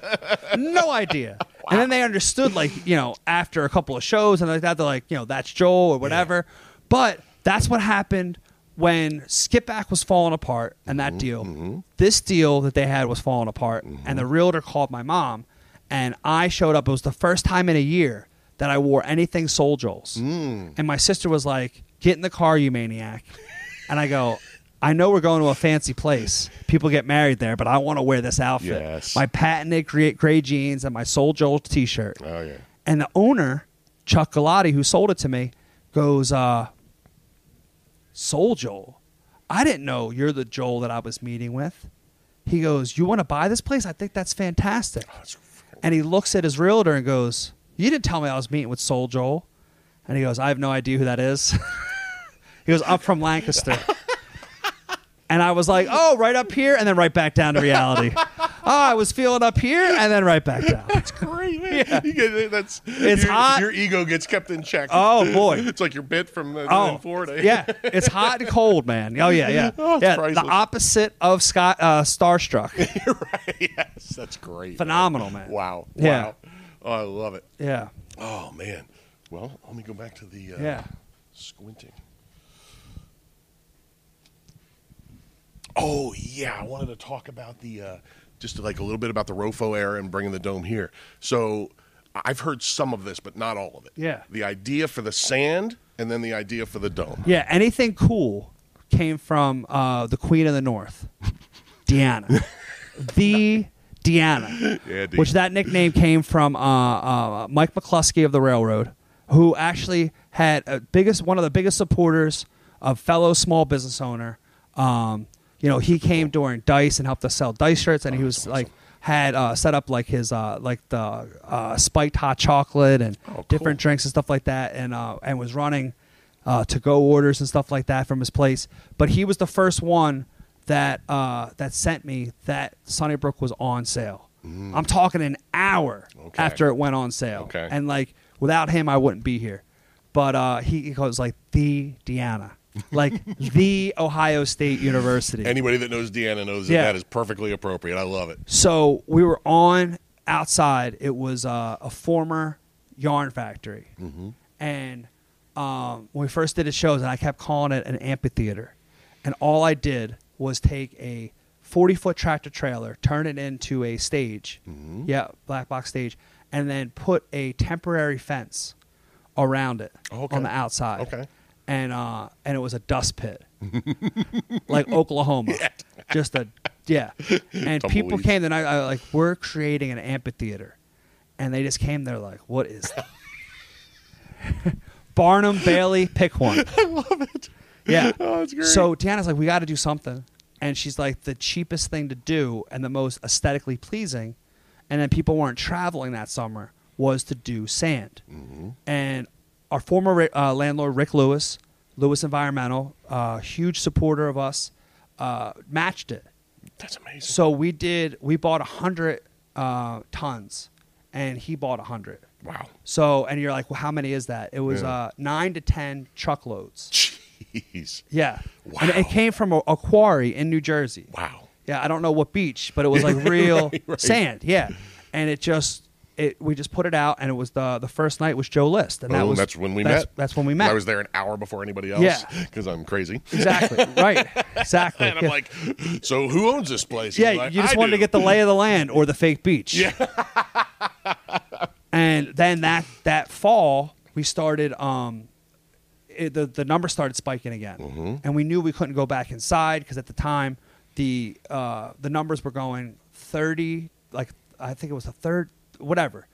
S3: no idea. And then they understood, like, you know, after a couple of shows and like that, they're like, you know, that's Joel or whatever. But that's what happened when Skip Back was falling apart and that deal. This deal that they had was falling apart. And the realtor called my mom and I showed up. It was the first time in a year that I wore anything Soul Joel's. And my sister was like, get in the car, you maniac. And I go, I know we're going to a fancy place. People get married there, but I want to wear this outfit.
S4: Yes.
S3: My patented gray, gray jeans and my Soul Joel t shirt.
S4: Oh, yeah.
S3: And the owner, Chuck Galati, who sold it to me, goes, uh, Soul Joel, I didn't know you're the Joel that I was meeting with. He goes, You want to buy this place? I think that's fantastic. And he looks at his realtor and goes, You didn't tell me I was meeting with Soul Joel. And he goes, I have no idea who that is. he goes, I'm from Lancaster. and I was like, Oh, right up here and then right back down to reality. oh, I was feeling up here and then right back down.
S4: Great, man. You get, that's,
S3: It's
S4: your,
S3: hot.
S4: Your ego gets kept in check.
S3: Oh, boy. Oh,
S4: It's like your bit from uh, in Florida.
S3: yeah, it's hot and cold, man. Oh yeah, yeah,
S4: Oh, it's
S3: yeah.
S4: priceless.
S3: The opposite of Scott uh, Starstruck.
S4: yes, that's great.
S3: Phenomenal, man.
S4: Wow.
S3: Yeah.
S4: Wow. Oh, I love it.
S3: Yeah,
S4: Oh man. Well, let me go back to the uh,
S3: yeah.
S4: squinting. Oh yeah, I wanted to talk about the uh, just like a little bit about the Rofo era and bringing the dome here. So I've heard some of this, but not all of it.
S3: Yeah.
S4: The idea for the sand, and then the idea for the dome.
S3: Yeah, anything cool came from uh, the Queen of the North, Deanna, the Deanna,
S4: Yeah, Dee.
S3: which that nickname came from uh, uh, Mike McCluskey of the Railroad, who actually had a biggest one of the biggest supporters of fellow small business owner. Um, you know, he came during Dice and helped us sell Dice shirts, and he was like had uh, set up like his uh, like the uh, spiked hot chocolate and different drinks and stuff like that, and uh, and was running uh, to go orders and stuff like that from his place. But he was the first one that uh, that sent me that Sunnybrook was on sale. I'm talking an hour
S4: Mm. Okay.
S3: after it went on sale,
S4: Okay.
S3: and like without him, I wouldn't be here. But uh, he, he goes like the Deanna, like the Ohio State University.
S4: Anybody that knows Deanna knows that
S3: Yeah.
S4: that is perfectly appropriate. I love it.
S3: So we were on outside. It was uh, a former yarn factory,
S4: Mm-hmm.
S3: and um, when we first did the shows, and I kept calling it an amphitheater, and all I did was take a forty-foot tractor trailer, turn it into a stage,
S4: Mm-hmm.
S3: yeah, black box stage, and then put a temporary fence around it
S4: Okay.
S3: on the outside.
S4: Okay.
S3: And uh, and it was a dust pit like Oklahoma. Just a yeah. And people
S4: Tumbleweeds.
S3: came the night I, like we're creating an amphitheater, and they just came there like, what is? that?" Barnum Bailey, pick one. I love it. Yeah.
S4: Oh, that's great.
S3: So Tiana's like, we got to do something, and she's like, the cheapest thing to do and the most aesthetically pleasing, and then people weren't traveling that summer was to do sand. And our former ri- uh, landlord Rick Lewis, Lewis Environmental, uh, huge supporter of us, uh, matched it.
S4: That's amazing.
S3: So we did. We bought a hundred uh, tons, and he bought a hundred.
S4: Wow.
S3: So and you're like, well, how many is that? It was
S4: Yeah.
S3: uh, nine to ten truckloads.
S4: Jeez.
S3: Yeah,
S4: Wow.
S3: and it came from a, a quarry in New Jersey.
S4: Wow.
S3: Yeah, I don't know what beach, but it was like real sand. Yeah, and it just it we just put it out, and it was the the first night was Joe List, and that
S4: Boom,
S3: was
S4: Oh, that's when we
S3: that's,
S4: met.
S3: That's when we met.
S4: I was there an hour before anybody else.
S3: Yeah.
S4: Because I'm crazy.
S3: exactly right. Exactly.
S4: And I'm
S3: Yeah.
S4: like, so who owns this place? He's
S3: Yeah,
S4: like,
S3: you just
S4: "I
S3: wanted to
S4: do."
S3: get the lay of the land or the fake beach. Yeah. and then that that fall, we started um it, the the number started spiking again.
S4: Mm-hmm.
S3: And we knew we couldn't go back inside because at the time the uh the numbers were going 30 like I think it was a third whatever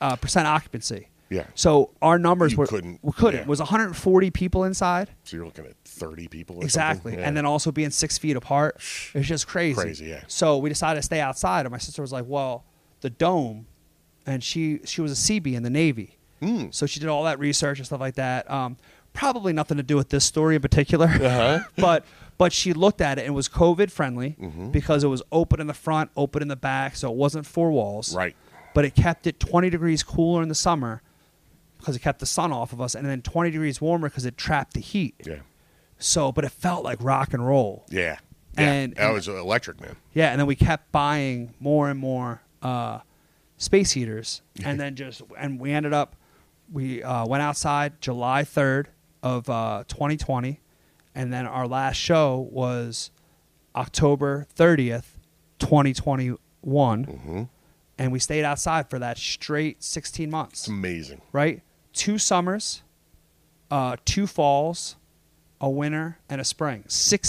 S3: uh percent occupancy.
S4: Yeah.
S3: So our numbers
S4: You
S3: were
S4: couldn't-
S3: we couldn't.
S4: yeah.
S3: It was 140 people inside.
S4: So you're looking at 30 people. Or
S3: Exactly.
S4: something?
S3: And
S4: Yeah.
S3: then also being six feet apart. It's just crazy.
S4: Crazy, yeah.
S3: So we decided to stay outside. And my sister was like, well, the dome. And she, she was a CB in the Navy.
S4: Hmm.
S3: So she did all that research and stuff like that. Um, probably nothing to do with this story in particular.
S4: Uh-huh.
S3: but, but she looked at it and was COVID friendly
S4: Mm-hmm.
S3: because it was open in the front, open in the back. So it wasn't four walls.
S4: Right.
S3: But it kept it 20 degrees cooler in the summer because it kept the sun off of us. And then 20 degrees warmer because it trapped the heat.
S4: Yeah.
S3: So, but it felt like rock and roll.
S4: Yeah. Yeah.
S3: And-
S4: that was electric, man.
S3: Yeah, and then we kept buying more and more uh, space heaters, and then just and we ended up we uh, went outside July third of uh, 2020, and then our last show was October 30th, 2021,
S4: Mm-hmm.
S3: and we stayed outside for that straight 16 months
S4: It's amazing.
S3: right? Two summers, uh, two falls, a winter, and a spring. Six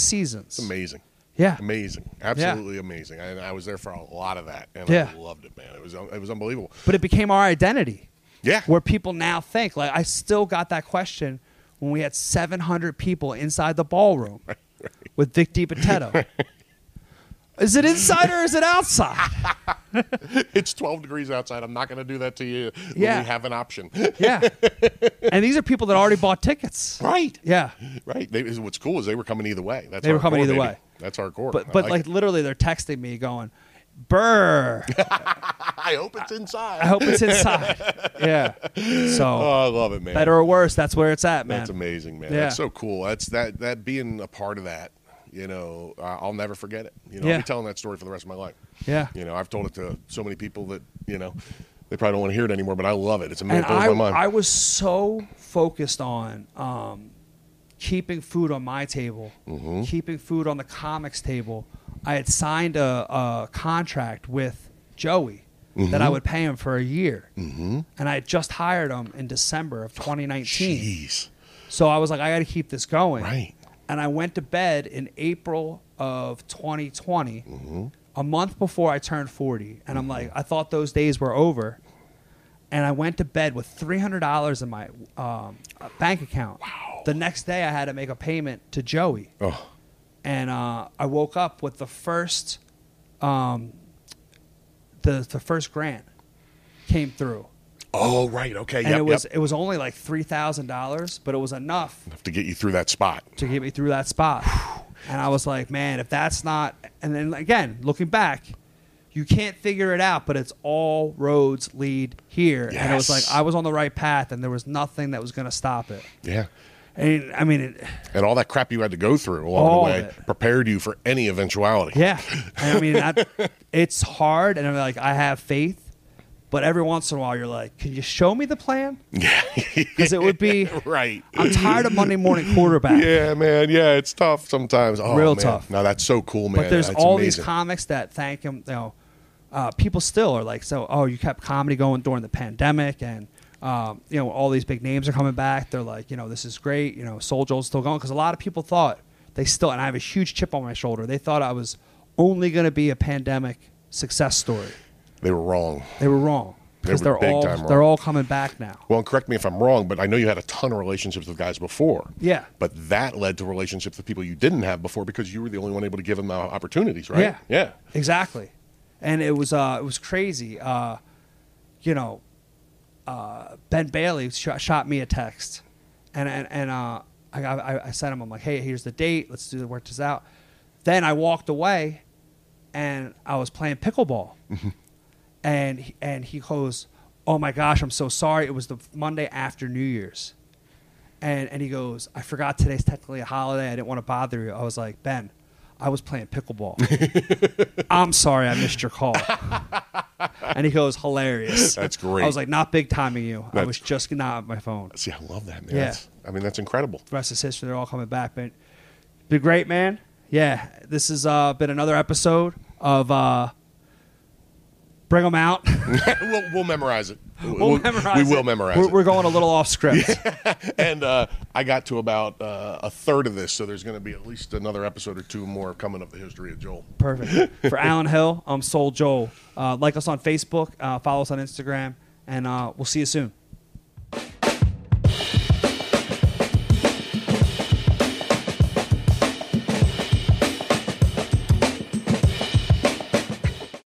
S4: It's
S3: seasons.
S4: amazing.
S3: Yeah.
S4: Amazing. Absolutely amazing. And I was there for a lot of that. And
S3: Yeah.
S4: I loved it, man. It was it was unbelievable.
S3: But it became our identity
S4: Yeah.
S3: where people now think, like, I still got that question when we had 700 people inside the ballroom with Vic DiPotetto. Is it inside or is it outside?
S4: it's 12 degrees outside. I'm not going to do that to you.
S3: Yeah.
S4: When we have an option.
S3: Yeah. And these are people that already bought tickets.
S4: right.
S3: Yeah.
S4: Right. They, what's cool is they were coming either way. That's
S3: They were coming
S4: hardcore,
S3: either
S4: baby.
S3: way.
S4: That's hardcore.
S3: But,
S4: I
S3: but
S4: like,
S3: like, literally, they're texting me going, Burr,
S4: I hope it's inside.
S3: I hope it's inside. Yeah. So.
S4: Oh, I love it, man.
S3: better or worse, that's where it's at, man.
S4: That's amazing, man.
S3: Yeah.
S4: That's so cool. That's that that being a part of that. You know, I- I'll never forget it. You know, I'll
S3: Yeah.
S4: be telling that story for the rest of my life.
S3: Yeah.
S4: You know, I've told it to so many people that you know they probably don't want to hear it anymore, but I love it. It's amazing.
S3: And
S4: It blows
S3: I,
S4: my mind.
S3: I was so focused on um, keeping food on my table,
S4: Mm-hmm.
S3: keeping food on the comics table. I had signed a, a contract with Joey that
S4: Mm-hmm.
S3: I would pay him for a year, mm-hmm. and I had just hired him in December of 2019.
S4: Jeez.
S3: So I was like, I got to keep this going.
S4: Right.
S3: And I went to bed in April of 2020,
S4: Mm-hmm.
S3: a month before I turned 40. And I'm like, I thought those days were over. and I went to bed with three hundred dollars in my um, uh, bank account. Wow. The next day, I had to make a payment to Joey,
S4: Oh,
S3: and uh, I woke up with the first, um, the the first grant came through,
S4: oh, right. Okay.
S3: and
S4: yep,
S3: it was
S4: yep.
S3: it was only like three thousand dollars, but it was enough
S4: Enough to get you through that spot.
S3: to get me through that spot. And I was like, man, if that's not, and then again, looking back, you can't figure it out, but it's all roads lead here. And it was like,
S4: Yes.
S3: I was on the right path and there was nothing that was going to stop it.
S4: Yeah.
S3: And I mean, it,
S4: And all that crap you had to go through along
S3: All
S4: the way
S3: of it.
S4: prepared you for any eventuality.
S3: yeah. And I mean, I, it's hard. And I'm like, I have faith. But every once in a while, you're like, can you show me the plan?
S4: Yeah.
S3: Because it would be,
S4: right.
S3: I'm tired of Monday morning quarterback.
S4: Yeah, man. Yeah, it's tough sometimes. Oh,
S3: Real
S4: man.
S3: tough.
S4: No, that's so cool, man.
S3: But there's
S4: That's
S3: all
S4: amazing.
S3: these comics that thank him. You know, uh, people still are like, so oh, you kept comedy going during the pandemic, and um, you know all these big names are coming back. They're like, you know, this is great. You know, Soul Joel's still going because a lot of people thought they still, and I have a huge chip on my shoulder. They thought I was only going to be a pandemic success story.
S4: They were wrong.
S3: They were wrong because
S4: were
S3: they are
S4: big
S3: all
S4: time wrong.
S3: they're all coming back now.
S4: Well, and correct me if I'm wrong, but I know you had a ton of relationships with guys before.
S3: Yeah.
S4: But that led to relationships with people you didn't have before because you were the only one able to give them uh, opportunities, right?
S3: Yeah.
S4: Yeah.
S3: Exactly. And it was uh, it was crazy. Uh, you know, uh, Ben Bailey sh- shot me a text, and and, and uh, I, got- I I sent him. I'm like, hey, here's the date. Let's do the work this out. Then I walked away, and I was playing pickleball, and he- and he goes, oh my gosh, I'm so sorry. It was the Monday after New Year's. And, and he goes, I forgot today's technically a holiday. I didn't want to bother you. I was like, Ben, I was playing pickleball. I'm sorry I missed your call. and he goes, hilarious.
S4: That's great.
S3: I was like, not big timing you. I
S4: That's-
S3: was just not on my phone.
S4: See, I love that, man.
S3: Yeah.
S4: That's- I mean, that's incredible.
S3: rest is history. They're all coming back. But been great, man. Yeah, this has uh, been another episode of uh, Bring 'em Out.
S4: we'll, we'll memorize it.
S3: We'll memorize
S4: We will
S3: it.
S4: memorize
S3: we're,
S4: it.
S3: We're going a little off script.
S4: and uh, I got to about uh, a third of this, so there's going to be at least another episode or two more coming of the history of Joel.
S3: Perfect. For Alan Hill, I'm Soul Joel. Uh, like us on Facebook, uh, follow us on Instagram, and uh, we'll see you soon.